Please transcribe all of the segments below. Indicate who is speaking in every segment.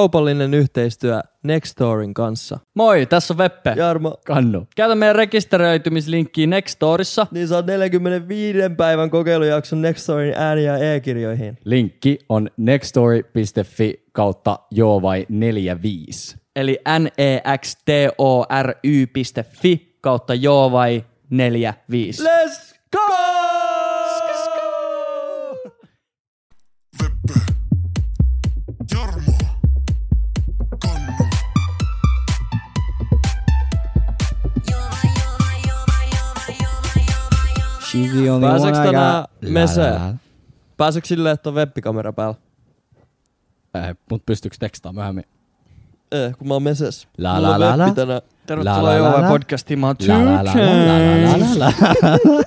Speaker 1: Kaupallinen yhteistyö Nextorin kanssa.
Speaker 2: Moi, tässä on Veppe.
Speaker 1: Jarmo,
Speaker 3: Kannu.
Speaker 2: Käytä meidän rekisteröitymislinkkiä Nextorissa.
Speaker 1: niin saa 45 päivän kokeilujakson Nextorin ääni- ja e-kirjoihin.
Speaker 3: Linkki on nextstory.fi kautta joo vai 45.
Speaker 2: Eli E nextory.fi kautta joo vai 45.
Speaker 1: Let's go!
Speaker 4: Veppe, Jarmo, Kannu.
Speaker 3: She's the only
Speaker 1: Pääseekö
Speaker 3: one I
Speaker 1: tänään
Speaker 3: got.
Speaker 1: meseen?
Speaker 3: niin La, la, la.
Speaker 1: Pääseekö silleen, että on webbikamera päällä?
Speaker 3: Äh, mut pystyykö tekstaa myöhemmin?
Speaker 1: Eh, kun mä oon meses.
Speaker 3: La,
Speaker 1: Mulla
Speaker 3: la,
Speaker 1: on
Speaker 3: la,
Speaker 1: webbi
Speaker 3: la.
Speaker 1: tänään.
Speaker 2: Tervetuloa joo vai podcastiin. Mä oon
Speaker 3: La, la, la, la, la, la, la, la.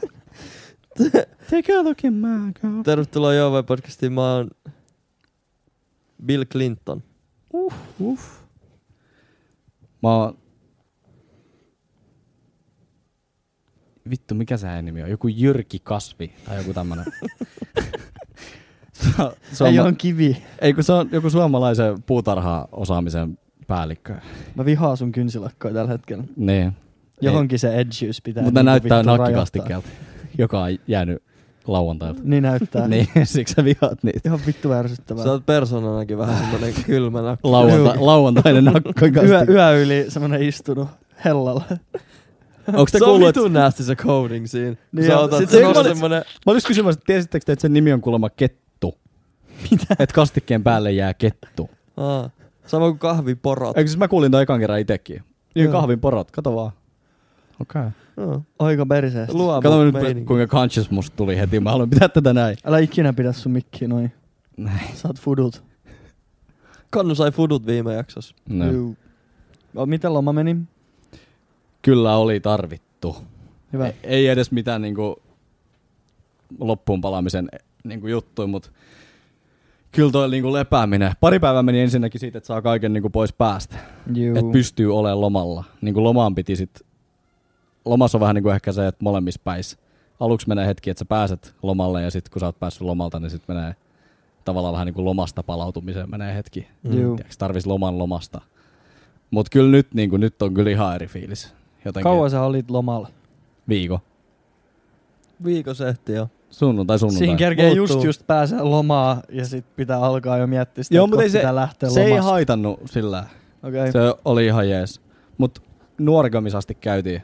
Speaker 3: Take a look at my girl.
Speaker 1: Tervetuloa Joo vai podcastiin. Mä oon Bill Clinton.
Speaker 3: Mä oon... Vittu, mikä se hänen nimi on? Joku Jyrki Kasvi tai joku tämmönen. se on, se on, ma-
Speaker 5: kivi.
Speaker 3: ei kun se on joku suomalaisen puutarha-osaamisen päällikkö.
Speaker 5: Mä vihaan sun kynsilakkoa tällä hetkellä.
Speaker 3: Niin.
Speaker 5: Johonkin se edgeys pitää.
Speaker 3: Mutta
Speaker 5: niinku
Speaker 3: näyttää
Speaker 5: vittu
Speaker 3: nakkikastikkeelta, joka on jäänyt lauantailta.
Speaker 5: rajoittaa. Niin näyttää.
Speaker 3: niin, siksi sä vihaat niitä.
Speaker 5: Ihan vittu ärsyttävää.
Speaker 1: Sä oot persoonanakin vähän semmonen kylmä nakki.
Speaker 3: Lauanta, lauantainen
Speaker 5: yö,
Speaker 3: nakkikastike.
Speaker 5: yö yli semmonen istunut hellalla.
Speaker 1: Onks te
Speaker 3: Se on
Speaker 1: kuullut? Se on
Speaker 3: vitun
Speaker 1: nasty se coding siinä.
Speaker 5: Niin
Speaker 1: sä
Speaker 5: on.
Speaker 1: otat
Speaker 5: Sit
Speaker 1: se
Speaker 5: se
Speaker 1: on
Speaker 5: semmonen-
Speaker 1: semmonen...
Speaker 3: Mä olisin kysymässä, että tiesittekö te, että sen nimi on kuulemma kettu? Mitä? Että kastikkeen päälle jää kettu.
Speaker 1: Aa, sama kuin kahviporot.
Speaker 3: Eikö siis mä kuulin toi ekan kerran itekin? Niin
Speaker 5: Joo.
Speaker 3: kahvin porot, kato vaan. Okei. Okay.
Speaker 1: Joo.
Speaker 5: Oiko perseestä?
Speaker 1: Luova
Speaker 3: Kato nyt
Speaker 1: meininki.
Speaker 3: kuinka conscious musta tuli heti, mä haluan pitää tätä näin.
Speaker 5: Älä ikinä pidä sun mikkiä noin.
Speaker 3: Näin.
Speaker 5: Sä oot fudut.
Speaker 1: Kannu sai fudut viime jaksossa.
Speaker 3: No.
Speaker 5: Juu. O, Miten loma meni?
Speaker 3: Kyllä oli tarvittu.
Speaker 5: Hyvä.
Speaker 3: Ei, ei edes mitään niinku loppuun palaamisen niinku juttuja, mutta kyllä toi niinku lepääminen. Pari päivää meni ensinnäkin siitä, että saa kaiken niinku pois päästä.
Speaker 5: Juu.
Speaker 3: Että pystyy olemaan lomalla. Niin kuin lomaan piti sit, lomassa on vähän niin kuin ehkä se, että molemmissa päissä. Aluksi menee hetki, että sä pääset lomalle ja sitten kun sä oot päässyt lomalta, niin sitten menee tavallaan vähän niin kuin lomasta palautumiseen menee hetki.
Speaker 5: Juu.
Speaker 3: Tiedätkö, tarvis loman lomasta. Mutta kyllä nyt, niin kuin, nyt on kyllä ihan eri fiilis. Jotenkin
Speaker 5: Kauan sä olit lomalla.
Speaker 3: viikon.
Speaker 1: Viikos ehti jo.
Speaker 3: Sunnuntai, sunnuntai.
Speaker 5: Siinä kerkee
Speaker 1: Muuttuu.
Speaker 5: just just pääsee lomaa ja sit pitää alkaa jo miettiä sitä,
Speaker 3: Joo,
Speaker 5: että
Speaker 3: mutta ei
Speaker 5: kohta
Speaker 3: se-
Speaker 5: pitää lähteä
Speaker 3: se ei
Speaker 5: lomasta.
Speaker 3: haitannut sillä.
Speaker 5: Okei.
Speaker 3: Se oli ihan jees. Mutta nuorgamisasti käytiin.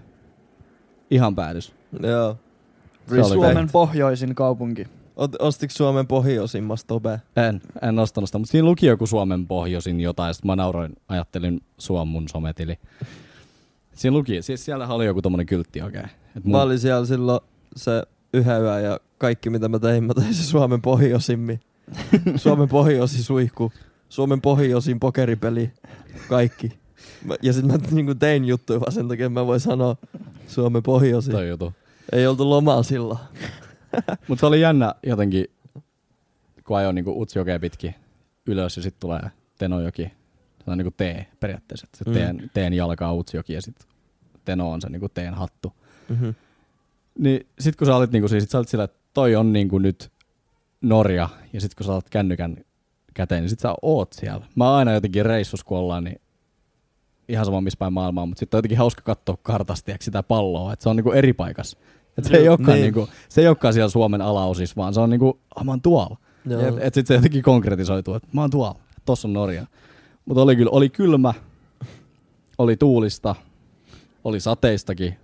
Speaker 3: Ihan päädys.
Speaker 1: Joo.
Speaker 3: Se oli
Speaker 5: Suomen pohjoisin kaupunki.
Speaker 1: Ot- Ostiks Suomen pohjoisimmasta Tobe?
Speaker 3: En, en nostanut sitä, mutta siinä luki joku Suomen pohjoisin jotain, sitten mä nauroin, ajattelin, sua on mun sometili. Siinä luki, siis siellä oli joku tommonen kyltti oikein. Et mun,
Speaker 1: Mä olin siellä silloin se yhä yö ja kaikki mitä mä tein, mä tein se Suomen pohjoisimmin. Suomen pohjoisin suihku. Suomen pohjoisin pokeripeli. Kaikki. Mä- Ja sit mä niinku tein juttuja vaan sen takia, että mä voin sanoa Suomen pohjoisin.
Speaker 3: toi jutu.
Speaker 1: Ei oltu lomaa silloin.
Speaker 3: Mutta se oli jännä jotenkin, kun ajoi niinku Utsjokea pitkin ylös ja sitten tulee Tenojoki. Se on niinku T periaatteessa. että Se
Speaker 1: Mm.
Speaker 3: teen, teen jalka on Utsjoki ja sitten Teno on se niinku teen hattu.
Speaker 1: Mm-hmm.
Speaker 3: Niin sit kun sä olit, niinku, siis sit sä olit sillä, että toi on niinku nyt Norja, ja sit kun sä oot kännykän käteen, niin sit sä oot siellä. Mä oon aina jotenkin reissus, kun ollaan, niin ihan sama missä päin maailmaa, mutta sitten on jotenkin hauska katsoa kartasta tiedätkö, sitä palloa, että se on niinku eri paikassa. Et se, ei
Speaker 1: Joo,
Speaker 3: olekaan,
Speaker 1: niin.
Speaker 3: niinku, se ei olekaan siellä Suomen alaosissa, vaan se on niinku, ah, mä oon tuolla.
Speaker 1: Joo.
Speaker 3: Jep, Et sit se jotenkin konkretisoituu, että mä oon tuolla, että tossa on Norja. Mutta oli kyllä, oli kylmä, oli tuulista, oli sateistakin,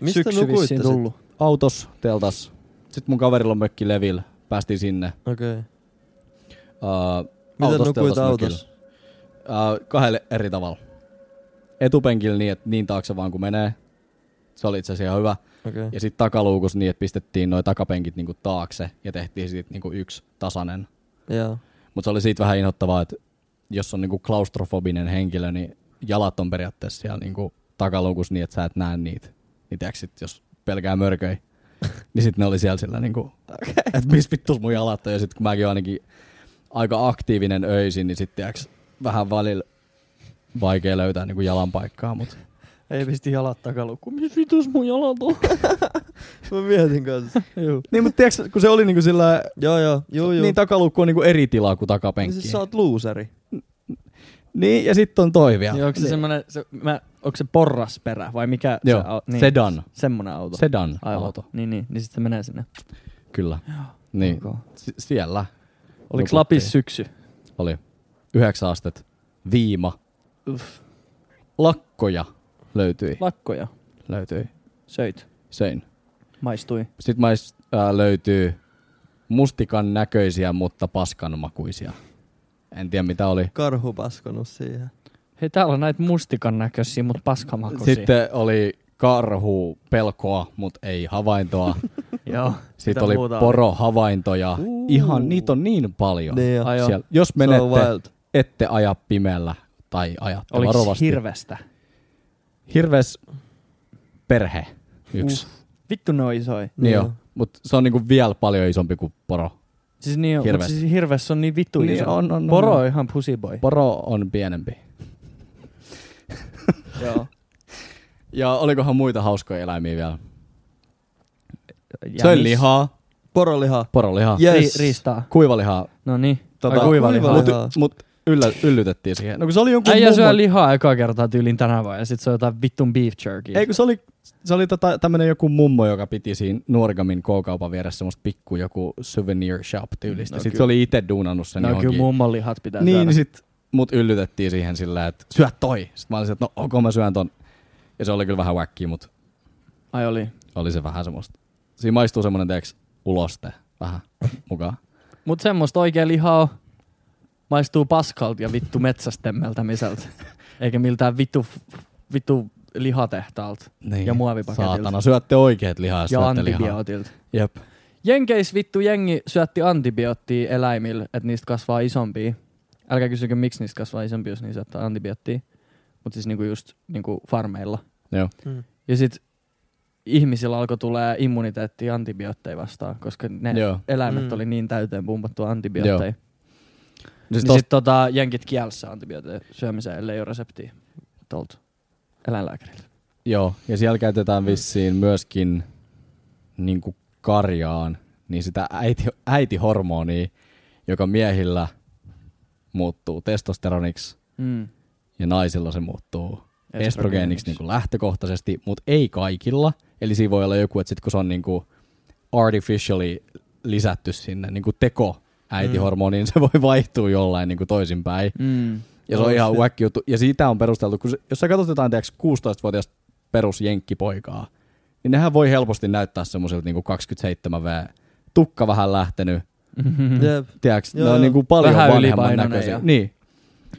Speaker 1: Mistä
Speaker 5: Syksy
Speaker 1: nukuitte
Speaker 5: vissiin
Speaker 1: sit?
Speaker 5: tullut.
Speaker 3: autos, teltas. Sitten mun kaverilla on mökki Levillä. Päästiin sinne.
Speaker 1: Okei. Okay.
Speaker 3: Uh,
Speaker 1: Miten nukuit autossa?
Speaker 3: Uh, kahdelle eri tavalla. Etupenkillä niin, että niin taakse vaan kun menee. Se oli itse asiassa ihan hyvä.
Speaker 1: Okei.
Speaker 3: Ja sitten takaluukus niin, että pistettiin noi takapenkit niinku taakse ja tehtiin siitä niinku yksi tasainen.
Speaker 1: Joo.
Speaker 3: Mutta se oli siitä vähän inhottavaa, että jos on niinku klaustrofobinen henkilö, niin jalat on periaatteessa siellä niinku takaluukus niin, että sä et näe niitä. Niin tiedätkö sit, jos pelkää mörköi, niin sitten ne oli siellä sillä niinku, okay. että missä vittu mun jalat on. Ja sitten kun mäkin oon ainakin aika aktiivinen öisin, niin sitten tiedätkö, vähän välillä vaikea löytää niinku jalan paikkaa, mutta
Speaker 5: Ei pisti jalat takalukkuun. Missä vitus mun jalat on?
Speaker 1: Mä mietin kanssa.
Speaker 5: Juu.
Speaker 3: niin, mutta tiedätkö, kun se oli niinku sillä,
Speaker 1: joo, joo. Joo, joo.
Speaker 2: siis
Speaker 3: niin takaluukku on niinku eri tila kuin takapenkki.
Speaker 1: Niin siis sä oot looseri.
Speaker 3: Niin, ja sitten on toi vielä.
Speaker 2: Niin onko se semmonen, se, mä, onko se porrasperä vai mikä
Speaker 3: Joo,
Speaker 2: se au- niin,
Speaker 3: sedan.
Speaker 2: Semmonen auto.
Speaker 3: Sedan
Speaker 2: Aivan.
Speaker 3: auto.
Speaker 2: Niin, niin, niin sit se menee sinne.
Speaker 3: Kyllä. Niin,
Speaker 2: Okay.
Speaker 3: si- siellä
Speaker 2: Oliko
Speaker 3: Nukuttiin.
Speaker 2: Lapis syksy?
Speaker 3: oli yhdeksän astet, viima,
Speaker 2: Uff,
Speaker 3: lakkoja löytyi,
Speaker 2: lakkoja.
Speaker 3: löytyi,
Speaker 2: Söit.
Speaker 3: sein.
Speaker 2: Maistui.
Speaker 3: Sitten mais ää, löytyy mustikan näköisiä, mutta paskanmakuisia. En tiedä mitä oli.
Speaker 1: Karhu paskonut siihen.
Speaker 2: Hei, täällä on näitä mustikan näköisiä, mutta paskamakoisia.
Speaker 3: Sitten oli karhu pelkoa, mutta ei havaintoa.
Speaker 2: Joo.
Speaker 3: Sitten oli
Speaker 2: muuta oli?
Speaker 3: porohavaintoja. Ihan niitä on niin paljon.
Speaker 1: Niin jo.
Speaker 2: Ai joo.
Speaker 3: Siellä, jos
Speaker 1: Se on
Speaker 3: menette,
Speaker 1: wild.
Speaker 3: ette aja pimeällä tai ajatte
Speaker 2: Oliko
Speaker 3: varovasti.
Speaker 2: hirvestä?
Speaker 3: Hirves perhe yksi.
Speaker 2: Vittu ne on isoja.
Speaker 3: Niin
Speaker 1: Joo.
Speaker 3: joo. Mutta se on niinku vielä paljon isompi kuin poro.
Speaker 2: Siis niin on,
Speaker 3: Hirvestä.
Speaker 2: mutta siis hirves on niin vittu
Speaker 3: Niin
Speaker 2: iso.
Speaker 3: on, on, on,
Speaker 2: Poro
Speaker 3: on.
Speaker 2: on ihan pusiboi.
Speaker 3: Poro on pienempi.
Speaker 2: Joo.
Speaker 3: Ja olikohan muita hauskoja eläimiä vielä?
Speaker 2: Jänis.
Speaker 3: Se oli lihaa,
Speaker 1: Poroliha.
Speaker 3: porolihaa,
Speaker 1: Yes.
Speaker 2: Ri- riistaa.
Speaker 3: kuivalihaa.
Speaker 2: No niin.
Speaker 1: Tota,
Speaker 2: kuivalihaa.
Speaker 3: Mut,
Speaker 1: kuivalihaa.
Speaker 3: mut yllä, yllytettiin siihen. No kun se oli jonkun
Speaker 2: Äijä syö
Speaker 3: mummon-
Speaker 2: lihaa ekaa kertaa tyylin tänä vuonna ja sit se on jotain vittun beef jerky.
Speaker 3: Ei kun se oli, se oli tota, tämmönen joku mummo, joka piti siinä Nuorgamin K-kaupan vieressä semmoista pikku joku souvenir shop tyylistä.
Speaker 2: No
Speaker 3: No, Sitten
Speaker 2: kyllä.
Speaker 3: se oli itse duunannut sen
Speaker 2: No
Speaker 3: johonkin.
Speaker 2: kyllä mummon lihat pitää
Speaker 3: niin,
Speaker 2: syödä.
Speaker 3: niin sit mut yllytettiin siihen sillä, että syö toi. Sitten mä olisin, että no ok mä syön ton. Ja se oli kyllä vähän wacki, mut
Speaker 2: Ai oli.
Speaker 3: oli se vähän semmoista. Siinä maistuu semmonen teeks uloste vähän mukaan.
Speaker 2: Mut semmoista oikea lihaa on. Maistuu paskalta ja vittu metsästemmeltämiseltä. Eikä miltään vittu, vittu lihatehtaalta.
Speaker 3: Niin.
Speaker 2: Ja muovipaketilta.
Speaker 3: Saatana, syötte oikeet lihaa ja
Speaker 2: Ja
Speaker 3: syötte lihaa.
Speaker 2: antibiootilta.
Speaker 3: Jep.
Speaker 2: Jenkeis vittu jengi syötti antibioottia eläimille, että niistä kasvaa isompia. Älkää kysykö, miksi niistä kasvaa isompia, jos niistä syöttää antibioottia. Mutta siis niinku just niinku farmeilla.
Speaker 3: Joo.
Speaker 1: Mm.
Speaker 2: Ja sit ihmisillä alkoi tulee immuniteetti antibiootteja vastaan, koska ne
Speaker 3: Joo.
Speaker 2: eläimet
Speaker 1: Mm.
Speaker 2: oli niin täyteen pumpattua antibiootteja. Joo.
Speaker 3: Siis
Speaker 2: Niin
Speaker 3: tos,
Speaker 2: sit tota, jenkit kielsi antibiooteja syömiseen, ellei ole reseptiä tuolta eläinlääkäriltä.
Speaker 3: Joo, ja siellä käytetään vissiin myöskin niin kuin karjaan, niin sitä äiti, äitihormonia, joka miehillä muuttuu testosteroniksi
Speaker 2: Mm.
Speaker 3: ja naisilla se muuttuu estrogeeniksi niin kuin lähtökohtaisesti, mutta ei kaikilla. Eli siinä voi olla joku, että sit kun se on niin kuin artificially lisätty sinne, niin kuin teko äitihormoni, niin se voi vaihtua jollain niin kuin toisinpäin.
Speaker 2: Mm.
Speaker 3: Ja se on
Speaker 1: Oh,
Speaker 3: ihan
Speaker 1: shit.
Speaker 3: wack juttu. Ja siitä on perusteltu, kun se, jos sä katsot jotain tiiäks, 16-vuotiaista perusjenkkipoikaa, niin nehän voi helposti näyttää semmoiselta niin 27 V. Tukka vähän lähtenyt,
Speaker 1: Jep.
Speaker 3: tiedäks, ne
Speaker 1: Joo,
Speaker 3: on
Speaker 1: joo.
Speaker 3: niin kuin paljon
Speaker 2: Vähän
Speaker 3: vanhemman
Speaker 2: ylipainoinen
Speaker 3: näköisiä.
Speaker 2: ja-
Speaker 3: Niin.